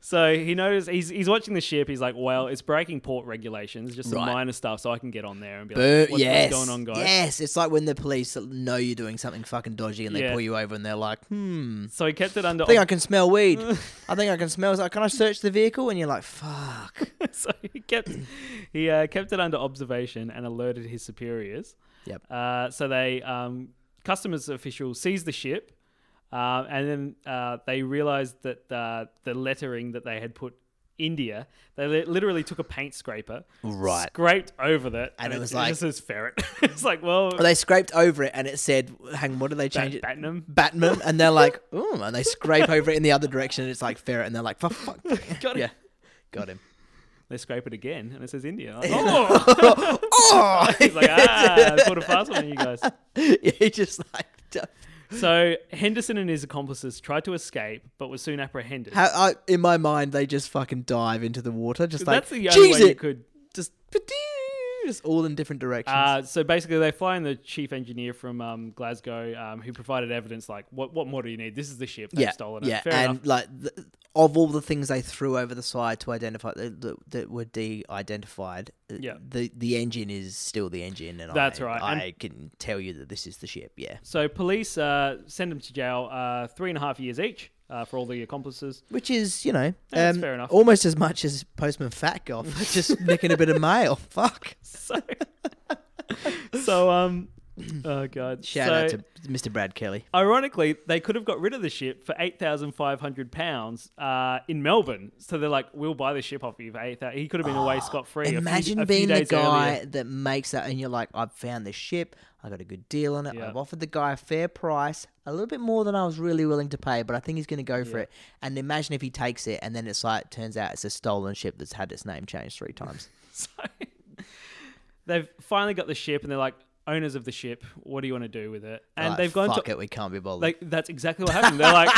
Speaker 2: So he knows he's he's watching the ship. He's like, "Well, it's breaking port regulations, just some
Speaker 3: Right.
Speaker 2: minor stuff, so I can get on there and be
Speaker 3: Boo-
Speaker 2: like, what's,
Speaker 3: yes.
Speaker 2: what's going on, guys?"
Speaker 3: Yes. It's like when the police know you're doing something fucking dodgy and they
Speaker 2: Yeah.
Speaker 3: pull you over and they're like, hmm.
Speaker 2: So he kept it under.
Speaker 3: I think I can smell weed. I think I can smell. It's like, can I search the vehicle? And you're like, fuck.
Speaker 2: so he kept he uh, kept it under observation and alerted his superiors.
Speaker 3: Yep.
Speaker 2: Uh, so they um, customs official sees the ship, uh, and then uh, they realized that uh, the lettering that they had put India, they li- literally took a paint scraper,
Speaker 3: Right.
Speaker 2: scraped over that,
Speaker 3: And it was
Speaker 2: it
Speaker 3: like-
Speaker 2: just says ferret. it's like, well,
Speaker 3: Well, they scraped over it and it said, hang on, what did they change it?
Speaker 2: Batnum.
Speaker 3: Batman. And they're like, ooh, and they scrape over it in the other direction and it's like ferret. And they're like, fuck, fuck.
Speaker 2: Got it.
Speaker 3: Yeah. Got him.
Speaker 2: They scrape it again, and it says India. Like, oh,
Speaker 3: Oh!
Speaker 2: he's like, ah, I caught a fast one, you guys.
Speaker 3: he just like, d-
Speaker 2: So Henderson and his accomplices tried to escape, but were soon apprehended.
Speaker 3: how, I, in my mind, they just fucking dive into the water. Just like,
Speaker 2: That's the only
Speaker 3: cheese
Speaker 2: way you
Speaker 3: it.
Speaker 2: could.
Speaker 3: Just Just all in different directions.
Speaker 2: Uh, so basically, they fly in the chief engineer from um, Glasgow, um, who provided evidence like, what, what more do you need? This is the ship. They've
Speaker 3: yeah,
Speaker 2: stolen
Speaker 3: yeah,
Speaker 2: it. Fair
Speaker 3: and
Speaker 2: enough.
Speaker 3: like th of all the things they threw over the side to identify that, that, that were de-identified, uh,
Speaker 2: Yeah.
Speaker 3: the the engine is still the engine, and
Speaker 2: That's
Speaker 3: I,
Speaker 2: right,
Speaker 3: I
Speaker 2: and-
Speaker 3: can tell you that this is the ship. Yeah,
Speaker 2: So police uh, send them to jail, uh, three and a half years each uh, for all the accomplices.
Speaker 3: which is you know
Speaker 2: that's
Speaker 3: um,
Speaker 2: fair enough.
Speaker 3: almost as much as postman fat guy for just nicking a bit of mail. Fuck.
Speaker 2: So, so um, oh god.
Speaker 3: Shout
Speaker 2: so,
Speaker 3: out to Mr. Brad Kelly.
Speaker 2: Ironically, they could have got rid of the ship for eight thousand five hundred pounds uh, in Melbourne. So they're like, "We'll buy the ship off you for eight thousand. He could have been away scot free.
Speaker 3: Ah, Imagine
Speaker 2: a few,
Speaker 3: being
Speaker 2: a few
Speaker 3: the
Speaker 2: days
Speaker 3: guy
Speaker 2: earlier.
Speaker 3: that makes that, and you're like, I've found this ship. I got a good deal on it.
Speaker 2: Yeah.
Speaker 3: I've offered the guy a fair price, a little bit more than I was really willing to pay, but I think he's going to go for
Speaker 2: Yeah.
Speaker 3: it. And imagine if he takes it, and then it's like, turns out it's a stolen ship that's had its name changed three times.
Speaker 2: So they've finally got the ship, and they're like, "Owners of the ship, what do you want to do with it?" And
Speaker 3: Like,
Speaker 2: they've gone
Speaker 3: fuck
Speaker 2: to
Speaker 3: it, we can't be bothered.
Speaker 2: like that's exactly what happened. They're like,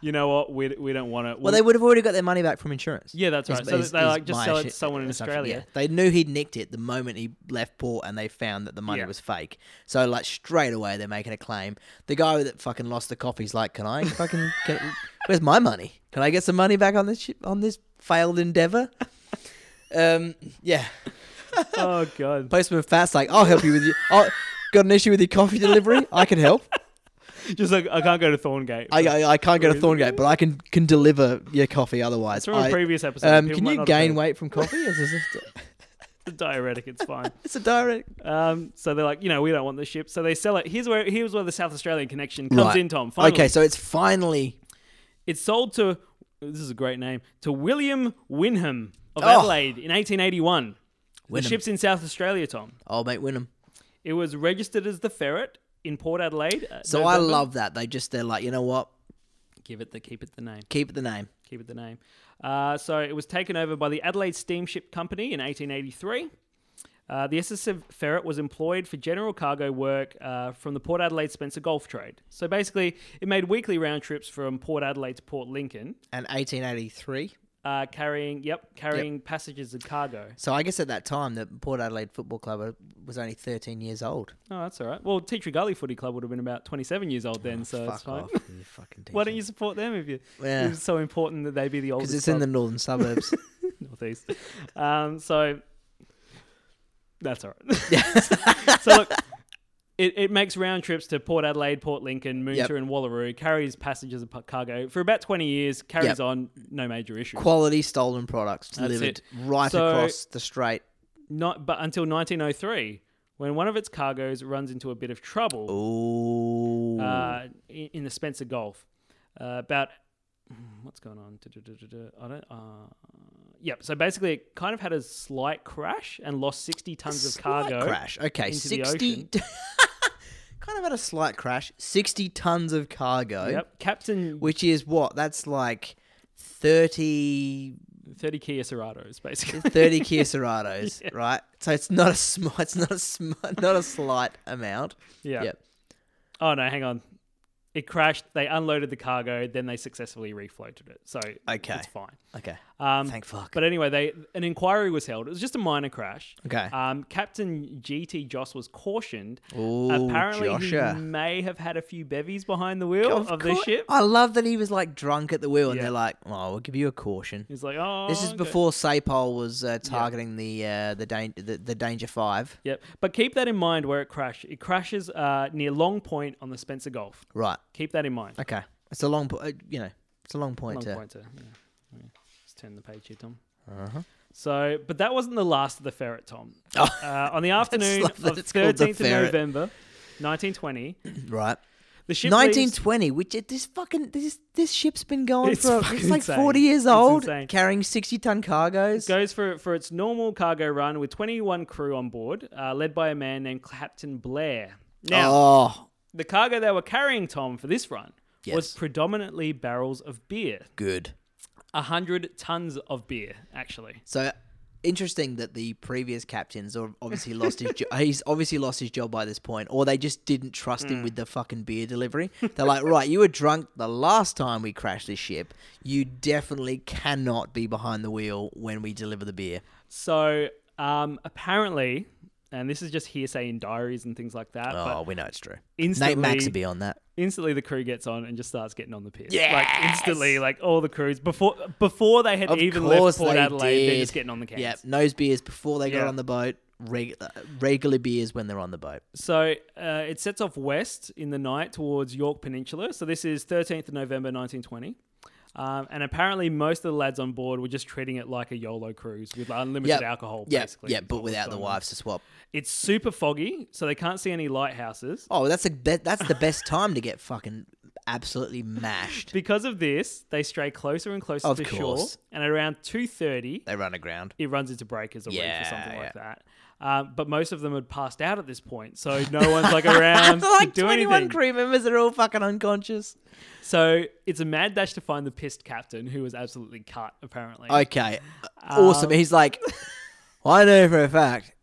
Speaker 2: "You know what? We we don't want it."
Speaker 3: well, they would have already got their money back from insurance.
Speaker 2: yeah, that's
Speaker 3: Is-
Speaker 2: right. so
Speaker 3: is-
Speaker 2: they
Speaker 3: is
Speaker 2: like just
Speaker 3: my
Speaker 2: sell it to
Speaker 3: assu-
Speaker 2: someone in
Speaker 3: assumption,
Speaker 2: Australia.
Speaker 3: yeah. They knew he'd nicked it the moment he left port, and they found that the money
Speaker 2: Yeah.
Speaker 3: was fake. So like straight away, they're making a claim. The guy that fucking lost the coffee's like, "Can I fucking? Can, where's my money? Can I get some money back on this ship, on this failed endeavor?" Um, yeah.
Speaker 2: Oh god.
Speaker 3: Postman Fat's like, "I'll help you with you. Oh, got an issue with your coffee delivery? I can help.
Speaker 2: Just like I can't go to Thorngate.
Speaker 3: I, I, I can't go to Thorngate, but I can can deliver your coffee otherwise.
Speaker 2: It's from a
Speaker 3: I-
Speaker 2: previous episode.
Speaker 3: um,
Speaker 2: people
Speaker 3: can
Speaker 2: might
Speaker 3: you
Speaker 2: not
Speaker 3: gain
Speaker 2: have
Speaker 3: weight from coffee? Is this-
Speaker 2: heard. Diuretic, it's fine.
Speaker 3: it's a direct
Speaker 2: Um, so they're like, you know, we don't want the ship, so they sell it. Here's where here's where the South Australian connection comes
Speaker 3: Right.
Speaker 2: in, Tom. Finally.
Speaker 3: Okay, so it's finally
Speaker 2: it's sold to this is a great name to William Wyndham of
Speaker 3: Oh.
Speaker 2: Adelaide in 1881. The
Speaker 3: Wyndham.
Speaker 2: ship's in South Australia, Tom.
Speaker 3: oh mate Wynnum.
Speaker 2: It was registered as the Ferret in Port Adelaide. uh,
Speaker 3: So I
Speaker 2: November.
Speaker 3: love that they just they're like you know what
Speaker 2: give it the keep it the name.
Speaker 3: keep the name.
Speaker 2: keep it the name. Uh, so it was taken over by the Adelaide Steamship Company in 1883. Uh, the SS Ferret was employed for general cargo work uh, from the Port Adelaide Spencer Gulf trade. So basically, it made weekly round trips from Port Adelaide to Port Lincoln,
Speaker 3: And 1883.
Speaker 2: uh, carrying yep, carrying passengers and cargo.
Speaker 3: So I guess at that time the Port Adelaide Football Club was only 13 years old.
Speaker 2: Oh, that's all right. Well, Teacher Gully Footy Club would have been about 27 years old then, so it's
Speaker 3: Oh, Fuck
Speaker 2: fine.
Speaker 3: off, you fucking
Speaker 2: Why don't you support them if you?
Speaker 3: Yeah.
Speaker 2: It was so important that they be the oldest.
Speaker 3: Because it's in
Speaker 2: club.
Speaker 3: the northern suburbs.
Speaker 2: northeast. Um, so that's all right. so look, it, it makes round trips to Port Adelaide, Port Lincoln, Moonta,
Speaker 3: Yep.
Speaker 2: and Wallaroo. Carries passengers and pu- cargo for about twenty years. Carries
Speaker 3: Yep.
Speaker 2: on, no major issues.
Speaker 3: Quality stolen products
Speaker 2: That's
Speaker 3: delivered
Speaker 2: it.
Speaker 3: right
Speaker 2: So-
Speaker 3: across the strait.
Speaker 2: Not, but until 1903, when one of its cargoes runs into a bit of trouble
Speaker 3: Ooh.
Speaker 2: uh, in, in the Spencer Gulf. Uh, about hmm, what's going on? Du-du-du-du-du. I don't. Uh, yep. So basically, it kind of had a slight crash and lost 60 tons of
Speaker 3: Slight
Speaker 2: cargo.
Speaker 3: crash. Okay,
Speaker 2: into the
Speaker 3: 60 Kind of had a slight crash. 60 tons of cargo.
Speaker 2: Yep. Captain
Speaker 3: Which is what? That's like 30
Speaker 2: thirty Kia Ceratos, basically.
Speaker 3: 30 Kia Ceratos, right? So it's not a sm- it's not a sm- not a slight amount.
Speaker 2: yeah.
Speaker 3: Yep.
Speaker 2: Oh no, hang on. It crashed. They unloaded the cargo, then they successfully refloated it. So
Speaker 3: Okay.
Speaker 2: it's fine.
Speaker 3: Okay.
Speaker 2: Um,
Speaker 3: Thank fuck.
Speaker 2: But anyway, they an inquiry was held. It was just a minor crash.
Speaker 3: Okay.
Speaker 2: Um, Captain GT Joss was cautioned.
Speaker 3: Ooh,
Speaker 2: uh, Apparently,
Speaker 3: Josher.
Speaker 2: he may have had a few bevies behind the wheel of, this
Speaker 3: cour-
Speaker 2: ship.
Speaker 3: I love that he was like drunk at the wheel and
Speaker 2: Yeah.
Speaker 3: they're like, "Oh, we'll give you a caution."
Speaker 2: He's like, oh,
Speaker 3: This is
Speaker 2: okay."
Speaker 3: before Sapol was uh, targeting the uh, the, dan- the the Danger 5.
Speaker 2: Yep. But keep that in mind where it crashed. It crashes uh, near Long Point on the Spencer Gulf.
Speaker 3: Right.
Speaker 2: Keep that in mind.
Speaker 3: Okay. It's a long po- uh, you know, it's a long point
Speaker 2: Long
Speaker 3: to
Speaker 2: pointer. Yeah. Yeah. Let's turn the page here, Tom. So, but that wasn't the last of the ferret, Tom.
Speaker 3: Uh-huh. Oh.
Speaker 2: Uh, on the afternoon
Speaker 3: love
Speaker 2: of
Speaker 3: that it's called the
Speaker 2: 13th of
Speaker 3: ferret.
Speaker 2: November, 1920,
Speaker 3: Right.
Speaker 2: the ship leaves-
Speaker 3: 1920, which it, this fucking this this ship's been going
Speaker 2: It's
Speaker 3: for
Speaker 2: fucking
Speaker 3: it's like
Speaker 2: insane.
Speaker 3: 40 years
Speaker 2: It's
Speaker 3: old,
Speaker 2: insane.
Speaker 3: carrying 60 ton cargoes.
Speaker 2: goes for for its normal cargo run with 21 crew on board, uh, led by a man named Captain Blair. Now,
Speaker 3: oh,
Speaker 2: the cargo they were carrying, Tom, for this run was
Speaker 3: Yes.
Speaker 2: predominantly barrels of beer,
Speaker 3: good.
Speaker 2: hundred tons of beer, actually.
Speaker 3: So interesting that the previous captains or obviously lost his jo- he's obviously lost his job by this point or they just didn't trust
Speaker 2: Mm.
Speaker 3: him with the fucking beer delivery. They're like, "Right, you were drunk the last time we crashed this ship. You definitely cannot be behind the wheel when we deliver the beer."
Speaker 2: So uh, Um, apparently, and this is just hearsay in diaries and things like that.
Speaker 3: Oh,
Speaker 2: but
Speaker 3: we know it's true.
Speaker 2: instantly,
Speaker 3: Nate Max would be on that.
Speaker 2: instantly, the crew gets on and just starts getting on the piss. Like
Speaker 3: Yes!
Speaker 2: instantly, like all the crews before before they had
Speaker 3: Of
Speaker 2: even left
Speaker 3: course
Speaker 2: Port
Speaker 3: they
Speaker 2: Adelaide, they're
Speaker 3: did.
Speaker 2: just getting on the cans.
Speaker 3: Yep, nose beers before they
Speaker 2: Yeah.
Speaker 3: got on the boat. Reg- uh, regular beers when they're on the boat.
Speaker 2: So uh, it sets off west in the night towards York Peninsula. So this is 13th of November 1920. Um, and apparently, most of the lads on board were just treating it like a YOLO cruise with unlimited
Speaker 3: Yep.
Speaker 2: alcohol,
Speaker 3: Yeah,
Speaker 2: basically.
Speaker 3: yeah,
Speaker 2: is
Speaker 3: but
Speaker 2: what was
Speaker 3: without the
Speaker 2: going on.
Speaker 3: wives to swap.
Speaker 2: It's super foggy, so they can't see any lighthouses.
Speaker 3: Oh, that's a be- that's the best time to get fucking absolutely mashed.
Speaker 2: Because of this, they stray closer and closer
Speaker 3: Of
Speaker 2: to shore.
Speaker 3: course.
Speaker 2: And at around 2.30,
Speaker 3: They run aground.
Speaker 2: it runs into breakers or reef
Speaker 3: Yeah,
Speaker 2: or something like
Speaker 3: yeah.
Speaker 2: that. Um, but most of them had passed out at this point, so no one's like around
Speaker 3: like
Speaker 2: to Um, do
Speaker 3: twenty one
Speaker 2: anything.
Speaker 3: crew members are all fucking unconscious.
Speaker 2: So it's a mad dash to find the pissed captain who was absolutely cut, apparently.
Speaker 3: Okay,
Speaker 2: Um,
Speaker 3: awesome. He's like, well, I know for a fact.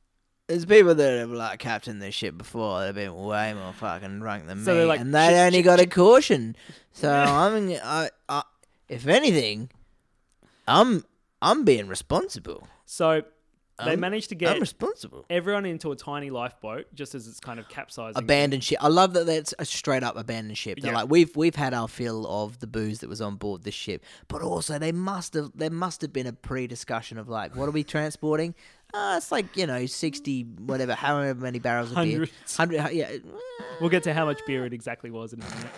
Speaker 3: There's people that have like captained this ship before. They've been way more fucking drunk than
Speaker 2: So
Speaker 3: me,
Speaker 2: they're like,
Speaker 3: and they
Speaker 2: "Shit,
Speaker 3: only
Speaker 2: shit,
Speaker 3: got a caution. So I'm, I, I, if anything, I'm, I'm being responsible.
Speaker 2: so they
Speaker 3: Um,
Speaker 2: managed to get
Speaker 3: I'm responsible.
Speaker 2: everyone into a tiny lifeboat just as it's kind of capsizing.
Speaker 3: abandoned ship. I love that that's a straight up abandoned ship. They're
Speaker 2: Yeah.
Speaker 3: like we've we've had our fill of the booze that was on board this ship, but also they must have there must have been a pre discussion of like what are we transporting? Uh, it's like you know sixty whatever however many barrels of beer,
Speaker 2: Hundreds.
Speaker 3: hundred hu- yeah.
Speaker 2: We'll get to how much beer it exactly was in a minute.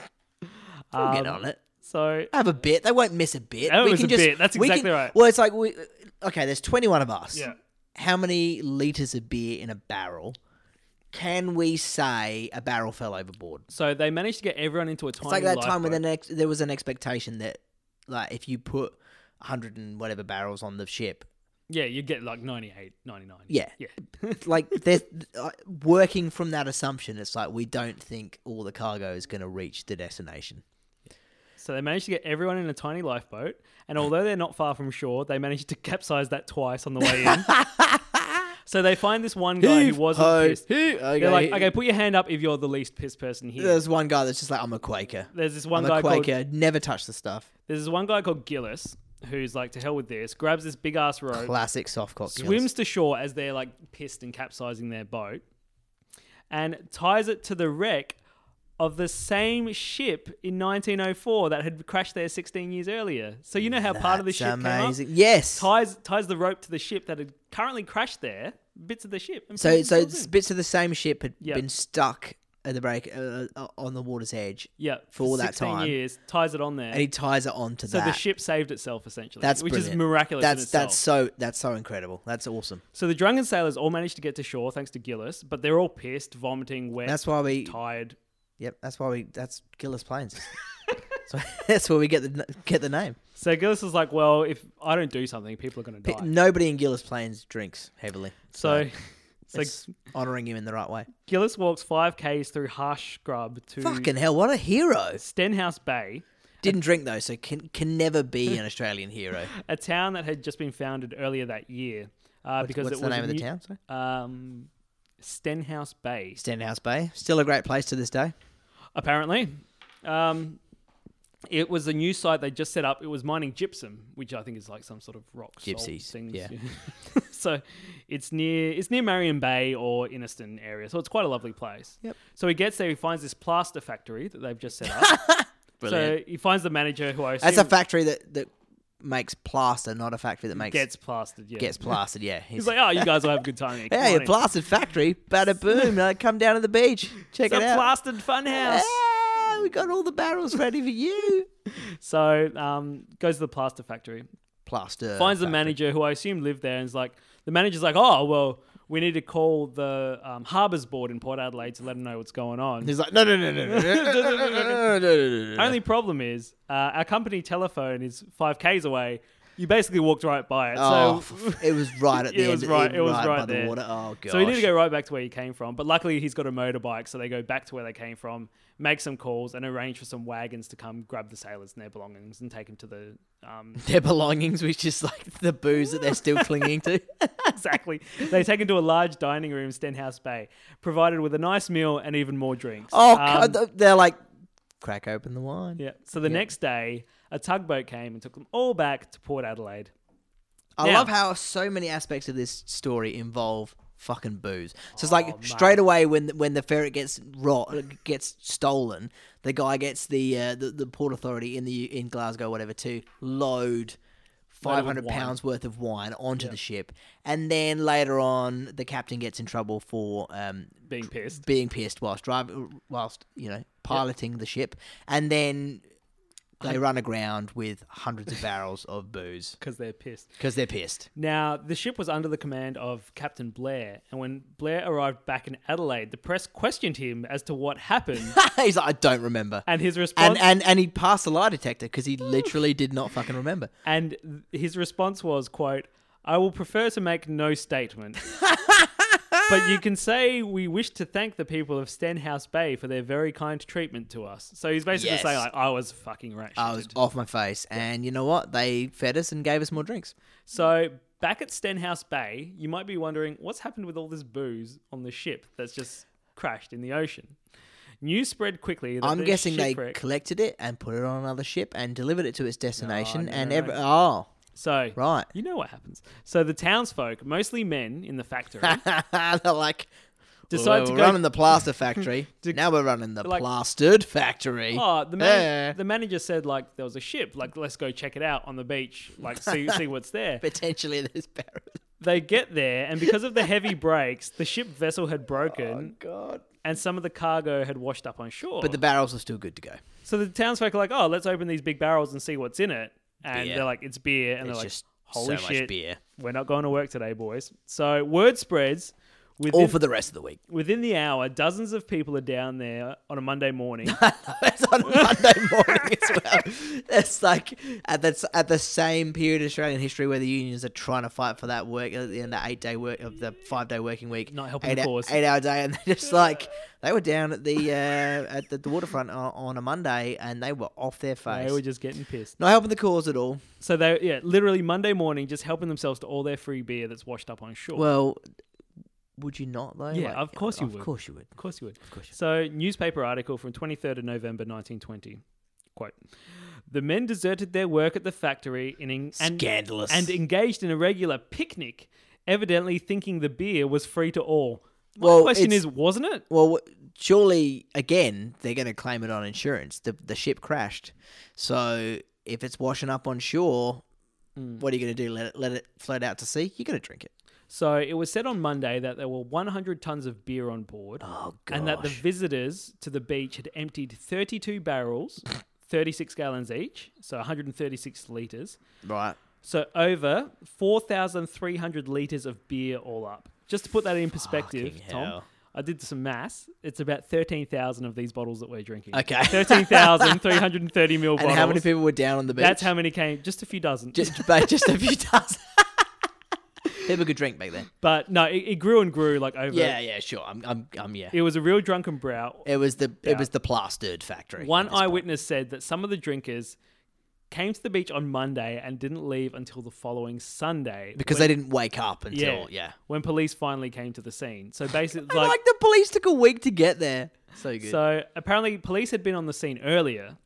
Speaker 3: We'll get
Speaker 2: Um,
Speaker 3: on it.
Speaker 2: So
Speaker 3: Have a bit. They won't miss a bit.
Speaker 2: That
Speaker 3: we
Speaker 2: was
Speaker 3: can
Speaker 2: a
Speaker 3: just,
Speaker 2: bit. That's
Speaker 3: we
Speaker 2: exactly
Speaker 3: can-
Speaker 2: right.
Speaker 3: Well, it's like we okay. There's twenty one of us.
Speaker 2: Yeah.
Speaker 3: How many liters of beer in a barrel? Can we say a barrel fell overboard?
Speaker 2: so they managed to get everyone into a tiny
Speaker 3: It's like that time
Speaker 2: lifeboat.
Speaker 3: when the next there was an expectation that like if you put hundred and whatever barrels on the ship,
Speaker 2: Yeah, you get like 98, 99.
Speaker 3: Yeah.
Speaker 2: Yeah.
Speaker 3: like there's uh, working from that assumption, it's like we don't think all the cargo is going to reach the destination.
Speaker 2: So they managed to get everyone in a tiny lifeboat, and although they're not far from shore, they managed to capsize that twice on the way in. so they find this one guy who wasn't pissed.
Speaker 3: okay,
Speaker 2: They're like, okay, put your hand up if you're the least pissed person here.
Speaker 3: There's one guy that's just like, I'm a Quaker.
Speaker 2: There's this one
Speaker 3: I'm
Speaker 2: guy
Speaker 3: a
Speaker 2: called
Speaker 3: Quaker. Never touch the stuff.
Speaker 2: There's this one guy called Gillis who's like to hell with this, grabs this big ass rope,
Speaker 3: Classic soft cocktails.
Speaker 2: swims to shore as they're like pissed and capsizing their boat, and ties it to the wreck of the same ship in 1904 that had crashed there 16 years earlier. So you know how part of the
Speaker 3: That's
Speaker 2: ship
Speaker 3: amazing.
Speaker 2: came up?
Speaker 3: Yes.
Speaker 2: ties ties the rope to the ship that had currently crashed there, bits of the ship. And
Speaker 3: so
Speaker 2: pins
Speaker 3: so
Speaker 2: themselves in.
Speaker 3: bits of the same ship had
Speaker 2: Yeah.
Speaker 3: been stuck at the break uh, uh, on the water's edge,
Speaker 2: yeah,
Speaker 3: for all that
Speaker 2: 16
Speaker 3: time.
Speaker 2: years, ties it on there.
Speaker 3: and he ties it onto
Speaker 2: so
Speaker 3: that.
Speaker 2: the ship saved itself essentially,
Speaker 3: That's
Speaker 2: which is
Speaker 3: brilliant.
Speaker 2: miraculous. in
Speaker 3: That's
Speaker 2: itself.
Speaker 3: that's so that's so incredible. That's awesome.
Speaker 2: So the drunken sailors all managed to get to shore thanks to Gillis, but they're all pissed, vomiting, wet,
Speaker 3: That's why we.
Speaker 2: tired.
Speaker 3: Yep. That's why we. That's Gillis Plains. so that's where we get the get the name.
Speaker 2: So Gillis is like, "Well, if I don't do something, people are going to
Speaker 3: P-
Speaker 2: die."
Speaker 3: Nobody in Gillis Plains drinks heavily.
Speaker 2: so, so
Speaker 3: it's honouring him in the right way.
Speaker 2: Gillis walks five k's through harsh scrub to
Speaker 3: Fucking hell! What a hero.
Speaker 2: Stenhouse Bay,
Speaker 3: Didn't drink though, so can can never be an Australian hero.
Speaker 2: a town that had just been founded earlier that year. Uh, because
Speaker 3: What's
Speaker 2: it
Speaker 3: the
Speaker 2: was
Speaker 3: name
Speaker 2: a
Speaker 3: of the
Speaker 2: new-
Speaker 3: town? Sorry?
Speaker 2: Um, Stenhouse Bay,
Speaker 3: Stenhouse Bay. Still a great place to this day.
Speaker 2: apparently. Um, it was a new site they just set up. It was mining gypsum, which I think is like some sort of rock salt
Speaker 3: Gypsies,
Speaker 2: things.
Speaker 3: yeah.
Speaker 2: so it's near it's near Marion Bay or Inniston area. So it's quite a lovely place.
Speaker 3: Yep.
Speaker 2: So he gets there, he finds this plaster factory that they've just set up. so
Speaker 3: Brilliant.
Speaker 2: he finds the manager who I assume
Speaker 3: That's a factory that that makes plaster, not a factory that makes
Speaker 2: gets plastered. Yeah.
Speaker 3: gets plastered. Yeah. He's,
Speaker 2: He's like, oh, you guys will have a good time here. Come
Speaker 3: Hey,
Speaker 2: on
Speaker 3: a
Speaker 2: in."
Speaker 3: plastered factory, bada boom! uh, come down to the beach, check
Speaker 2: it's a
Speaker 3: it out.
Speaker 2: plastered funhouse.
Speaker 3: Ah, we got all the barrels ready for you.
Speaker 2: So um, goes to the plaster factory.
Speaker 3: Plaster.
Speaker 2: finds the
Speaker 3: factory.
Speaker 2: manager who I assume lived there and is like, the manager's like, oh, well, we need to call the um, harbours board in Port Adelaide to let them know what's going on.
Speaker 3: He's like, no, no, no, no, no, no, no, no, no, no, no, no, no, no."
Speaker 2: Only problem is uh, our company telephone is 5Ks away. You basically walked right by it.
Speaker 3: Oh,
Speaker 2: so,
Speaker 3: f- it was right at the
Speaker 2: It
Speaker 3: end.
Speaker 2: was
Speaker 3: of-
Speaker 2: right- it was right
Speaker 3: by
Speaker 2: there.
Speaker 3: the water. Oh god.
Speaker 2: so he need to go right back to where he came from. But luckily, he's got a motorbike, so they go back to where they came from, make some calls, and arrange for some wagons to come grab the sailors and their belongings and take them to the. Um,
Speaker 3: Their belongings, which is like the booze that they're still clinging to.
Speaker 2: exactly. They take them to a large dining room, in Stenhouse Bay, provided with a nice meal and even more drinks.
Speaker 3: Oh,
Speaker 2: Um,
Speaker 3: god, they're like, crack open the wine.
Speaker 2: Yeah. So the next day, a tugboat came and took them all back to Port Adelaide.
Speaker 3: I
Speaker 2: Now-
Speaker 3: love how so many aspects of this story involve fucking booze. So
Speaker 2: Oh,
Speaker 3: it's like straight away when when the ferret gets rot gets stolen, the guy gets the uh, the, the port authority in the in Glasgow whatever to load. Five hundred
Speaker 2: wine.
Speaker 3: pounds worth of wine onto the ship, and then later on, the captain gets in trouble for um,
Speaker 2: Being pissed.
Speaker 3: being pissed whilst driving, whilst you know piloting the ship, and then they run aground with hundreds of barrels of booze
Speaker 2: Because they're pissed.
Speaker 3: because they're pissed.
Speaker 2: Now, the ship was under the command of Captain Blair, and when Blair arrived back in Adelaide, the press questioned him as to what happened,
Speaker 3: He's like, I don't remember,
Speaker 2: and his response
Speaker 3: and and, and he passed the lie detector because he literally did not fucking remember.
Speaker 2: and th- his response was, "quote I will prefer to make no statement." But you can say we wish to thank the people of Stenhouse Bay for their very kind treatment to us. So he's basically
Speaker 3: Yes.
Speaker 2: saying, like, I was fucking ratcheted.
Speaker 3: I was off my face, and you know what? They fed us and gave us more drinks.
Speaker 2: So back at Stenhouse Bay, you might be wondering what's happened with all this booze on the ship that's just crashed in the ocean. News spread quickly. That
Speaker 3: I'm
Speaker 2: the
Speaker 3: guessing they
Speaker 2: shipwreck-
Speaker 3: collected it and put it on another ship and delivered it to its destination.
Speaker 2: no,
Speaker 3: and
Speaker 2: no,
Speaker 3: every
Speaker 2: no.
Speaker 3: oh
Speaker 2: So
Speaker 3: right,
Speaker 2: you know what happens. So the townsfolk, mostly men in the factory,
Speaker 3: they're like.
Speaker 2: decide
Speaker 3: Well,
Speaker 2: to
Speaker 3: we're
Speaker 2: go.
Speaker 3: running the plaster factory. now we're running the
Speaker 2: like-
Speaker 3: plastered factory.
Speaker 2: Oh, the man-
Speaker 3: man.
Speaker 2: the manager said like there was a ship. Like let's go check it out on the beach. Like see see what's there.
Speaker 3: Potentially there's barrels.
Speaker 2: They get there, and because of the heavy breaks, the ship vessel had broken,
Speaker 3: God.
Speaker 2: and some of the cargo had washed up on shore.
Speaker 3: But the barrels are still good to go.
Speaker 2: So the townsfolk are like, oh, let's open these big barrels and see what's in it. And
Speaker 3: Beer.
Speaker 2: they're like, it's beer. And
Speaker 3: It's
Speaker 2: they're like,
Speaker 3: just
Speaker 2: holy
Speaker 3: so much
Speaker 2: shit,
Speaker 3: beer.
Speaker 2: we're not going to work today, boys. So word spreads. Within,
Speaker 3: All for the rest of the week.
Speaker 2: within the hour, dozens of people are down there on a Monday morning.
Speaker 3: it's on a Monday morning as well. It's like at the, at the same period of Australian history where the unions are trying to fight for that work uh, in the eight day work of the five day working week.
Speaker 2: Not helping
Speaker 3: eight
Speaker 2: the
Speaker 3: hou-
Speaker 2: cause.
Speaker 3: Eight hour day, and they're just like they were down at the uh, at the, the waterfront on, on a Monday, and they were off their face.
Speaker 2: they were just getting pissed.
Speaker 3: Not helping the cause at all.
Speaker 2: So they, yeah, literally Monday morning, just helping themselves to all their free beer that's washed up on shore.
Speaker 3: Well, would you not though?
Speaker 2: Yeah, of course you
Speaker 3: of
Speaker 2: would.
Speaker 3: Of course you would.
Speaker 2: Of course you would. Of
Speaker 3: course you
Speaker 2: So, newspaper article from 23rd of November 1920. Quote The men deserted their work at the factory in en- and,
Speaker 3: Scandalous.
Speaker 2: and engaged in a regular picnic, evidently thinking the beer was free to all. My
Speaker 3: Well,
Speaker 2: question
Speaker 3: it's-
Speaker 2: is, wasn't it?
Speaker 3: Well, w- surely again they're going to claim it on insurance. The the ship crashed, so if it's washing up on shore, what are you going to do? Let it let it float out to sea? You're going to drink it.
Speaker 2: So, it was said on Monday that there were 100 tons of beer on board.
Speaker 3: Oh
Speaker 2: and that the visitors to the beach had emptied 32 barrels, 36 gallons each, so 136 litres.
Speaker 3: right.
Speaker 2: So over 4,300 litres of beer all up. Just to put that in perspective,
Speaker 3: Fucking
Speaker 2: Tom,
Speaker 3: hell.
Speaker 2: I did some maths. It's about 13,000 of these bottles that we're drinking.
Speaker 3: Okay.
Speaker 2: 13,330 mil
Speaker 3: And
Speaker 2: bottles.
Speaker 3: how many people were down on the beach?
Speaker 2: That's how many came. Just a few dozen.
Speaker 3: Just, but just a few dozen. people could drink back then.
Speaker 2: but no, it, it grew and grew like over.
Speaker 3: Yeah, yeah, sure. I'm, I'm, I'm yeah.
Speaker 2: It was a real drunken brow.
Speaker 3: It was the it was the plastered factory.
Speaker 2: One
Speaker 3: at this point.
Speaker 2: eyewitness said that some of the drinkers came to the beach on Monday and didn't leave until the following Sunday.
Speaker 3: because they didn't wake up until yeah.
Speaker 2: When police finally came to the scene. So basically,
Speaker 3: Like,
Speaker 2: like,
Speaker 3: the police took a week to get there. So good.
Speaker 2: so apparently police had been on the scene earlier,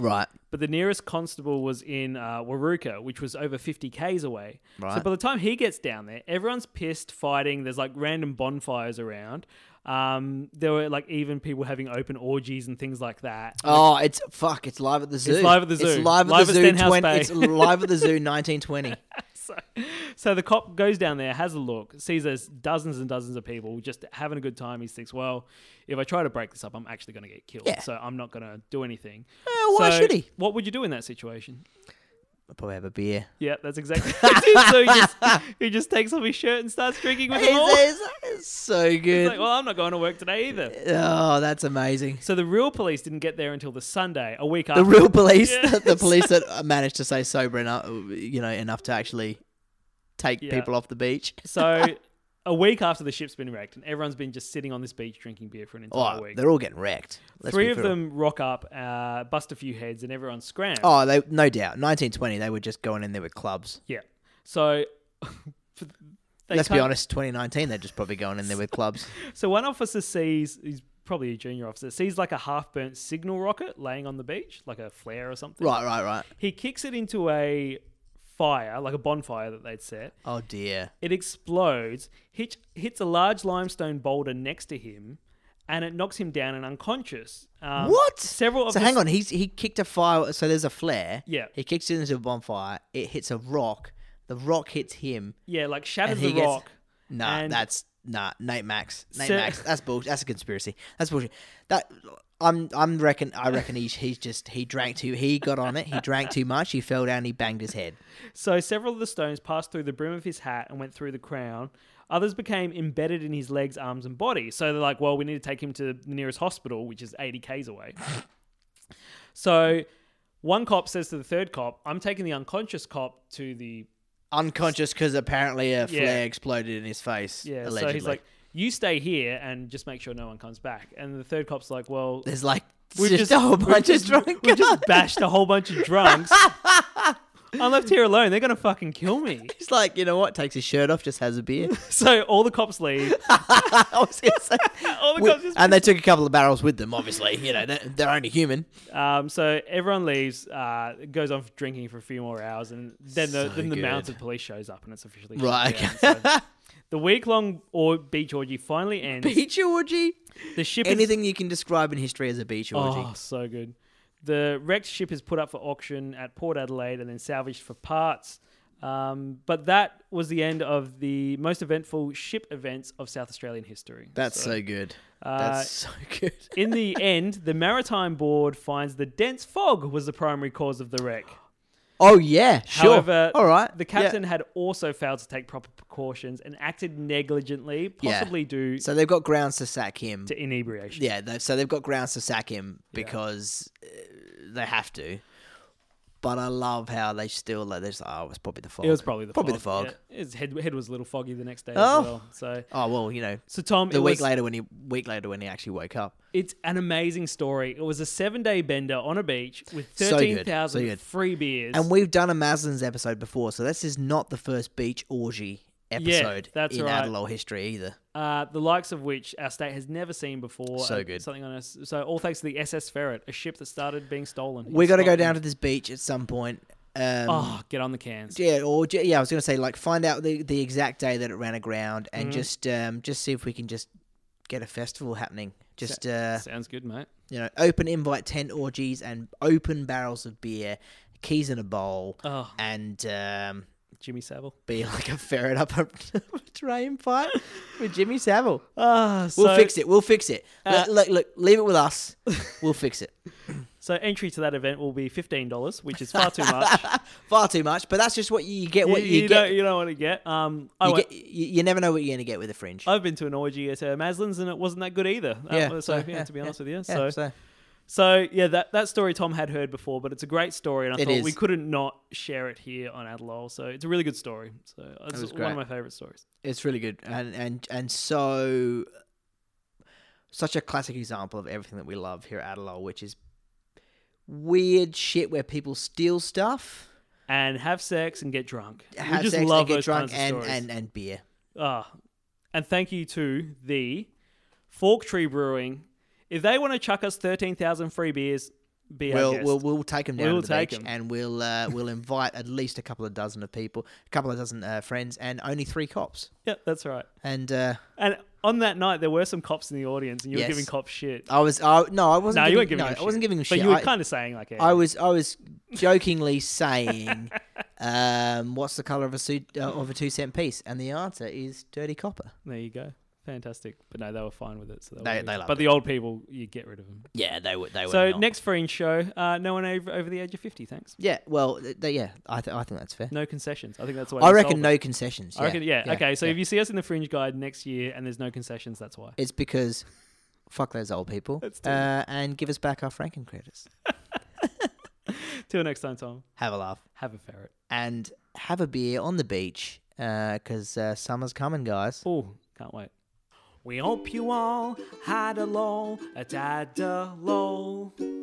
Speaker 3: right.
Speaker 2: but the nearest constable was in uh, Waruka, which was over 50 k's away. So
Speaker 3: Right.
Speaker 2: by the time he gets down there, everyone's pissed, fighting. There's like random bonfires around. Um, there were like even people having open orgies and things like that.
Speaker 3: Oh, it's fuck! It's live at the zoo.
Speaker 2: live at the zoo.
Speaker 3: It's live at
Speaker 2: Live
Speaker 3: the
Speaker 2: at
Speaker 3: zoo.
Speaker 2: Stenhouse
Speaker 3: 20
Speaker 2: Bay.
Speaker 3: It's live at the zoo. Nineteen twenty.
Speaker 2: so, so the cop goes down there, has a look, sees there's dozens and dozens of people just having a good time. He thinks, well, if I try to break this up, I'm actually going to get killed.
Speaker 3: Yeah.
Speaker 2: So I'm not going to do anything.
Speaker 3: why
Speaker 2: So
Speaker 3: should he?
Speaker 2: What would you do in that situation?
Speaker 3: I probably have a beer.
Speaker 2: Yeah, that's exactly what he did. So he just, he just takes off his shirt and starts drinking with them all. He's
Speaker 3: It's, it's- it's so good.
Speaker 2: like, well, I'm not going to work today either.
Speaker 3: oh, that's amazing.
Speaker 2: So the real police didn't get there until the Sunday, a week after.
Speaker 3: The real police,
Speaker 2: Uh, Yeah.
Speaker 3: the police that managed to stay sober enough, you know, enough to actually take
Speaker 2: Yeah.
Speaker 3: people off the beach.
Speaker 2: so a week after the ship's been wrecked, and everyone's been just sitting on this beach drinking beer for an entire
Speaker 3: Oh,
Speaker 2: week.
Speaker 3: they're all getting wrecked. Let's
Speaker 2: Three
Speaker 3: be
Speaker 2: of
Speaker 3: real.
Speaker 2: them rock up, uh, bust a few heads, and everyone scrams.
Speaker 3: Oh, they no doubt. Nineteen twenty, they were just going in there with clubs.
Speaker 2: Yeah. So. they
Speaker 3: Let's be
Speaker 2: can't-
Speaker 3: honest, twenty nineteen, they're just probably going in there with clubs.
Speaker 2: So one officer sees, he's probably a junior officer, sees like a half burnt signal rocket laying on the beach, like a flare or something.
Speaker 3: Right, right, right.
Speaker 2: He kicks it into a fire, like a bonfire that they'd set.
Speaker 3: Oh dear.
Speaker 2: It explodes, hitch, hits a large limestone boulder next to him, and it knocks him down and unconscious. Um,
Speaker 3: What?
Speaker 2: Several of
Speaker 3: so
Speaker 2: the
Speaker 3: hang on, he's he kicked a fire. So there's a flare.
Speaker 2: Yeah.
Speaker 3: He kicks it into a bonfire. It hits a rock. The rock hits him.
Speaker 2: Yeah, like shatters
Speaker 3: And he
Speaker 2: the
Speaker 3: gets-
Speaker 2: rock.
Speaker 3: Nah,
Speaker 2: And-
Speaker 3: that's nah. Nate Max. Nate
Speaker 2: So-
Speaker 3: Max. That's bullshit. That's a conspiracy. That's bullshit. That I'm I'm reckon I reckon he's he's just he drank too. He got on it. He drank too much. He fell down. He banged his head.
Speaker 2: So several of the stones passed through the brim of his hat and went through the crown. Others became embedded in his legs, arms, and body. So they're like, well, we need to take him to the nearest hospital, which is 80 Ks away. so one cop says to the third cop, I'm taking the unconscious cop to the.
Speaker 3: Unconscious because apparently a flare
Speaker 2: Yeah.
Speaker 3: exploded in his face.
Speaker 2: Yeah,
Speaker 3: allegedly.
Speaker 2: so he's like, you stay here and just make sure no one comes back. And the third cop's like, well,
Speaker 3: there's like
Speaker 2: We've
Speaker 3: just, a whole
Speaker 2: we've
Speaker 3: bunch
Speaker 2: just-
Speaker 3: of drunk
Speaker 2: We've just
Speaker 3: guys.
Speaker 2: bashed a whole bunch of drunks. I'm left here alone. They're going to fucking kill me.
Speaker 3: He's like, you know what? Takes his shirt off, just has a beer.
Speaker 2: So all the cops leave.
Speaker 3: I was gonna say,
Speaker 2: All the
Speaker 3: we-
Speaker 2: cops just
Speaker 3: and they took a couple of barrels with them. Obviously, you know, they're, they're only human.
Speaker 2: Um, so everyone leaves, uh, goes on drinking for a few more hours, and then the,
Speaker 3: So
Speaker 2: then the
Speaker 3: good.
Speaker 2: mounted police shows up, and it's officially
Speaker 3: Right,
Speaker 2: shut
Speaker 3: okay.
Speaker 2: down. So the week long or beach orgy finally ends.
Speaker 3: Beach orgy.
Speaker 2: The ship is
Speaker 3: Anything you can describe in history as a beach orgy.
Speaker 2: oh so good. The wrecked ship is put up for auction at Port Adelaide and then salvaged for parts. Um, but that was the end of the most eventful ship events of South Australian history.
Speaker 3: That's so, good.
Speaker 2: uh,
Speaker 3: That's so good.
Speaker 2: In the end, the Maritime Board finds the dense fog was the primary cause of the wreck.
Speaker 3: Oh yeah, sure.
Speaker 2: However,
Speaker 3: All right.
Speaker 2: the
Speaker 3: Yeah.
Speaker 2: captain had also failed to take proper precautions and acted negligently,
Speaker 3: Yeah.
Speaker 2: possibly due
Speaker 3: So they've got grounds to sack him.
Speaker 2: to inebriation.
Speaker 3: Yeah, they so they've got grounds to sack him because uh, they have to. But I love how they still like they're just like, oh, it's probably the fog.
Speaker 2: It was probably the
Speaker 3: probably
Speaker 2: fog.
Speaker 3: the fog.
Speaker 2: Yeah. His head, head was a little foggy the next day
Speaker 3: Oh.
Speaker 2: as well. So,
Speaker 3: Oh well, you know,
Speaker 2: so Tom,
Speaker 3: the
Speaker 2: it
Speaker 3: week
Speaker 2: was-
Speaker 3: later when he week later when he actually woke up.
Speaker 2: it's an amazing story. It was a seven day bender on a beach with
Speaker 3: So good. So
Speaker 2: 13,000
Speaker 3: good.
Speaker 2: free beers.
Speaker 3: And we've done a Maslin's episode before, so this is not the first beach orgy episode
Speaker 2: that's
Speaker 3: in
Speaker 2: right.
Speaker 3: Adelol history either.
Speaker 2: uh, the likes of which our state has never seen before.
Speaker 3: So
Speaker 2: and
Speaker 3: good.
Speaker 2: Something on us. So, all thanks to the SS Ferret, a ship that started being stolen. in
Speaker 3: We got to go
Speaker 2: Scotland.
Speaker 3: down to this beach at some point. Um,
Speaker 2: Oh, get on the cans.
Speaker 3: Yeah, or ju- yeah, I was gonna say like find out the, the exact day that it ran aground and
Speaker 2: Mm.
Speaker 3: just um just see if we can just get a festival happening. Just uh
Speaker 2: Sounds good, mate.
Speaker 3: you know, open invite tent orgies and open barrels of beer, keys in a bowl,
Speaker 2: Oh,
Speaker 3: and um
Speaker 2: Jimmy Savile.
Speaker 3: be like a ferret up a, a train pipe with Jimmy Savile.
Speaker 2: Ah,
Speaker 3: We'll
Speaker 2: so,
Speaker 3: fix it. We'll fix it.
Speaker 2: Uh,
Speaker 3: look, look, look, leave it with us. We'll fix it.
Speaker 2: So entry to that event will be fifteen dollars, which is far too much.
Speaker 3: Far too much, but that's just what you get.
Speaker 2: you,
Speaker 3: What you,
Speaker 2: you
Speaker 3: get.
Speaker 2: don't you don't want to get. Um, I
Speaker 3: you,
Speaker 2: went,
Speaker 3: get you, you never know what you're gonna get with a fringe.
Speaker 2: I've been to an orgy at uh, Maslin's and it wasn't that good either. Uh, so yeah, to be honest with you, so, so yeah, that that story Tom had heard before, but it's a great story, and I
Speaker 3: It
Speaker 2: thought
Speaker 3: is.
Speaker 2: we couldn't not share it here on Adelol. So it's a really good story. So it's
Speaker 3: was
Speaker 2: one of
Speaker 3: great.
Speaker 2: my favorite stories.
Speaker 3: it's really good, and and and so such a classic example of everything that we love here at Adelol, which is weird shit where people steal stuff,
Speaker 2: And have sex and get drunk.
Speaker 3: have
Speaker 2: we just
Speaker 3: sex,
Speaker 2: love
Speaker 3: and get
Speaker 2: those
Speaker 3: drunk,
Speaker 2: kinds of
Speaker 3: and,
Speaker 2: stories.
Speaker 3: and and beer.
Speaker 2: Ah, and thank you to the Fork Tree Brewing. If they want to chuck us thirteen thousand free beers, be our
Speaker 3: We'll,
Speaker 2: guest.
Speaker 3: we'll we'll take them down
Speaker 2: We'll
Speaker 3: to the
Speaker 2: take
Speaker 3: beach,
Speaker 2: 'em.
Speaker 3: and we'll uh, we'll invite at least a couple of dozen of people, a couple of dozen uh, friends, and only three cops.
Speaker 2: yeah, that's right.
Speaker 3: And uh,
Speaker 2: And on that night, there were some cops in the audience, and you were
Speaker 3: Yes.
Speaker 2: giving cops shit.
Speaker 3: I was I, no, I
Speaker 2: no,
Speaker 3: wasn't.
Speaker 2: you weren't giving.
Speaker 3: giving, no,
Speaker 2: them shit.
Speaker 3: I wasn't giving them shit.
Speaker 2: But you were
Speaker 3: I-
Speaker 2: kind of saying like,
Speaker 3: I was I was jokingly saying, um, "What's the color of a suit uh, of a two cent piece?" And the answer is dirty copper.
Speaker 2: there you go, fantastic. But no, they were fine with it. So they,
Speaker 3: They-
Speaker 2: were good.
Speaker 3: they loved
Speaker 2: But the old people, you get rid of them.
Speaker 3: Yeah, they were. They
Speaker 2: So next fringe show, uh, no one over, over the age of fifty. Thanks.
Speaker 3: yeah, well, th- they, yeah, I th- I think that's fair.
Speaker 2: No concessions. I think that's the way.
Speaker 3: I
Speaker 2: we
Speaker 3: reckon
Speaker 2: solve
Speaker 3: no
Speaker 2: it.
Speaker 3: concessions.
Speaker 2: I reckon. Yeah. okay. So
Speaker 3: yeah.
Speaker 2: if you see us in the fringe guide next year and there's no concessions, that's why.
Speaker 3: it's because fuck those old people
Speaker 2: Let's do it.
Speaker 3: uh, and give us back our franking credits.
Speaker 2: Till next time, Tom.
Speaker 3: Have a laugh
Speaker 2: Have a ferret.
Speaker 3: and have a beer on the beach because uh, summer's coming, guys.
Speaker 2: Oh, can't wait.
Speaker 1: We hope you all had a lol, a dad a lol.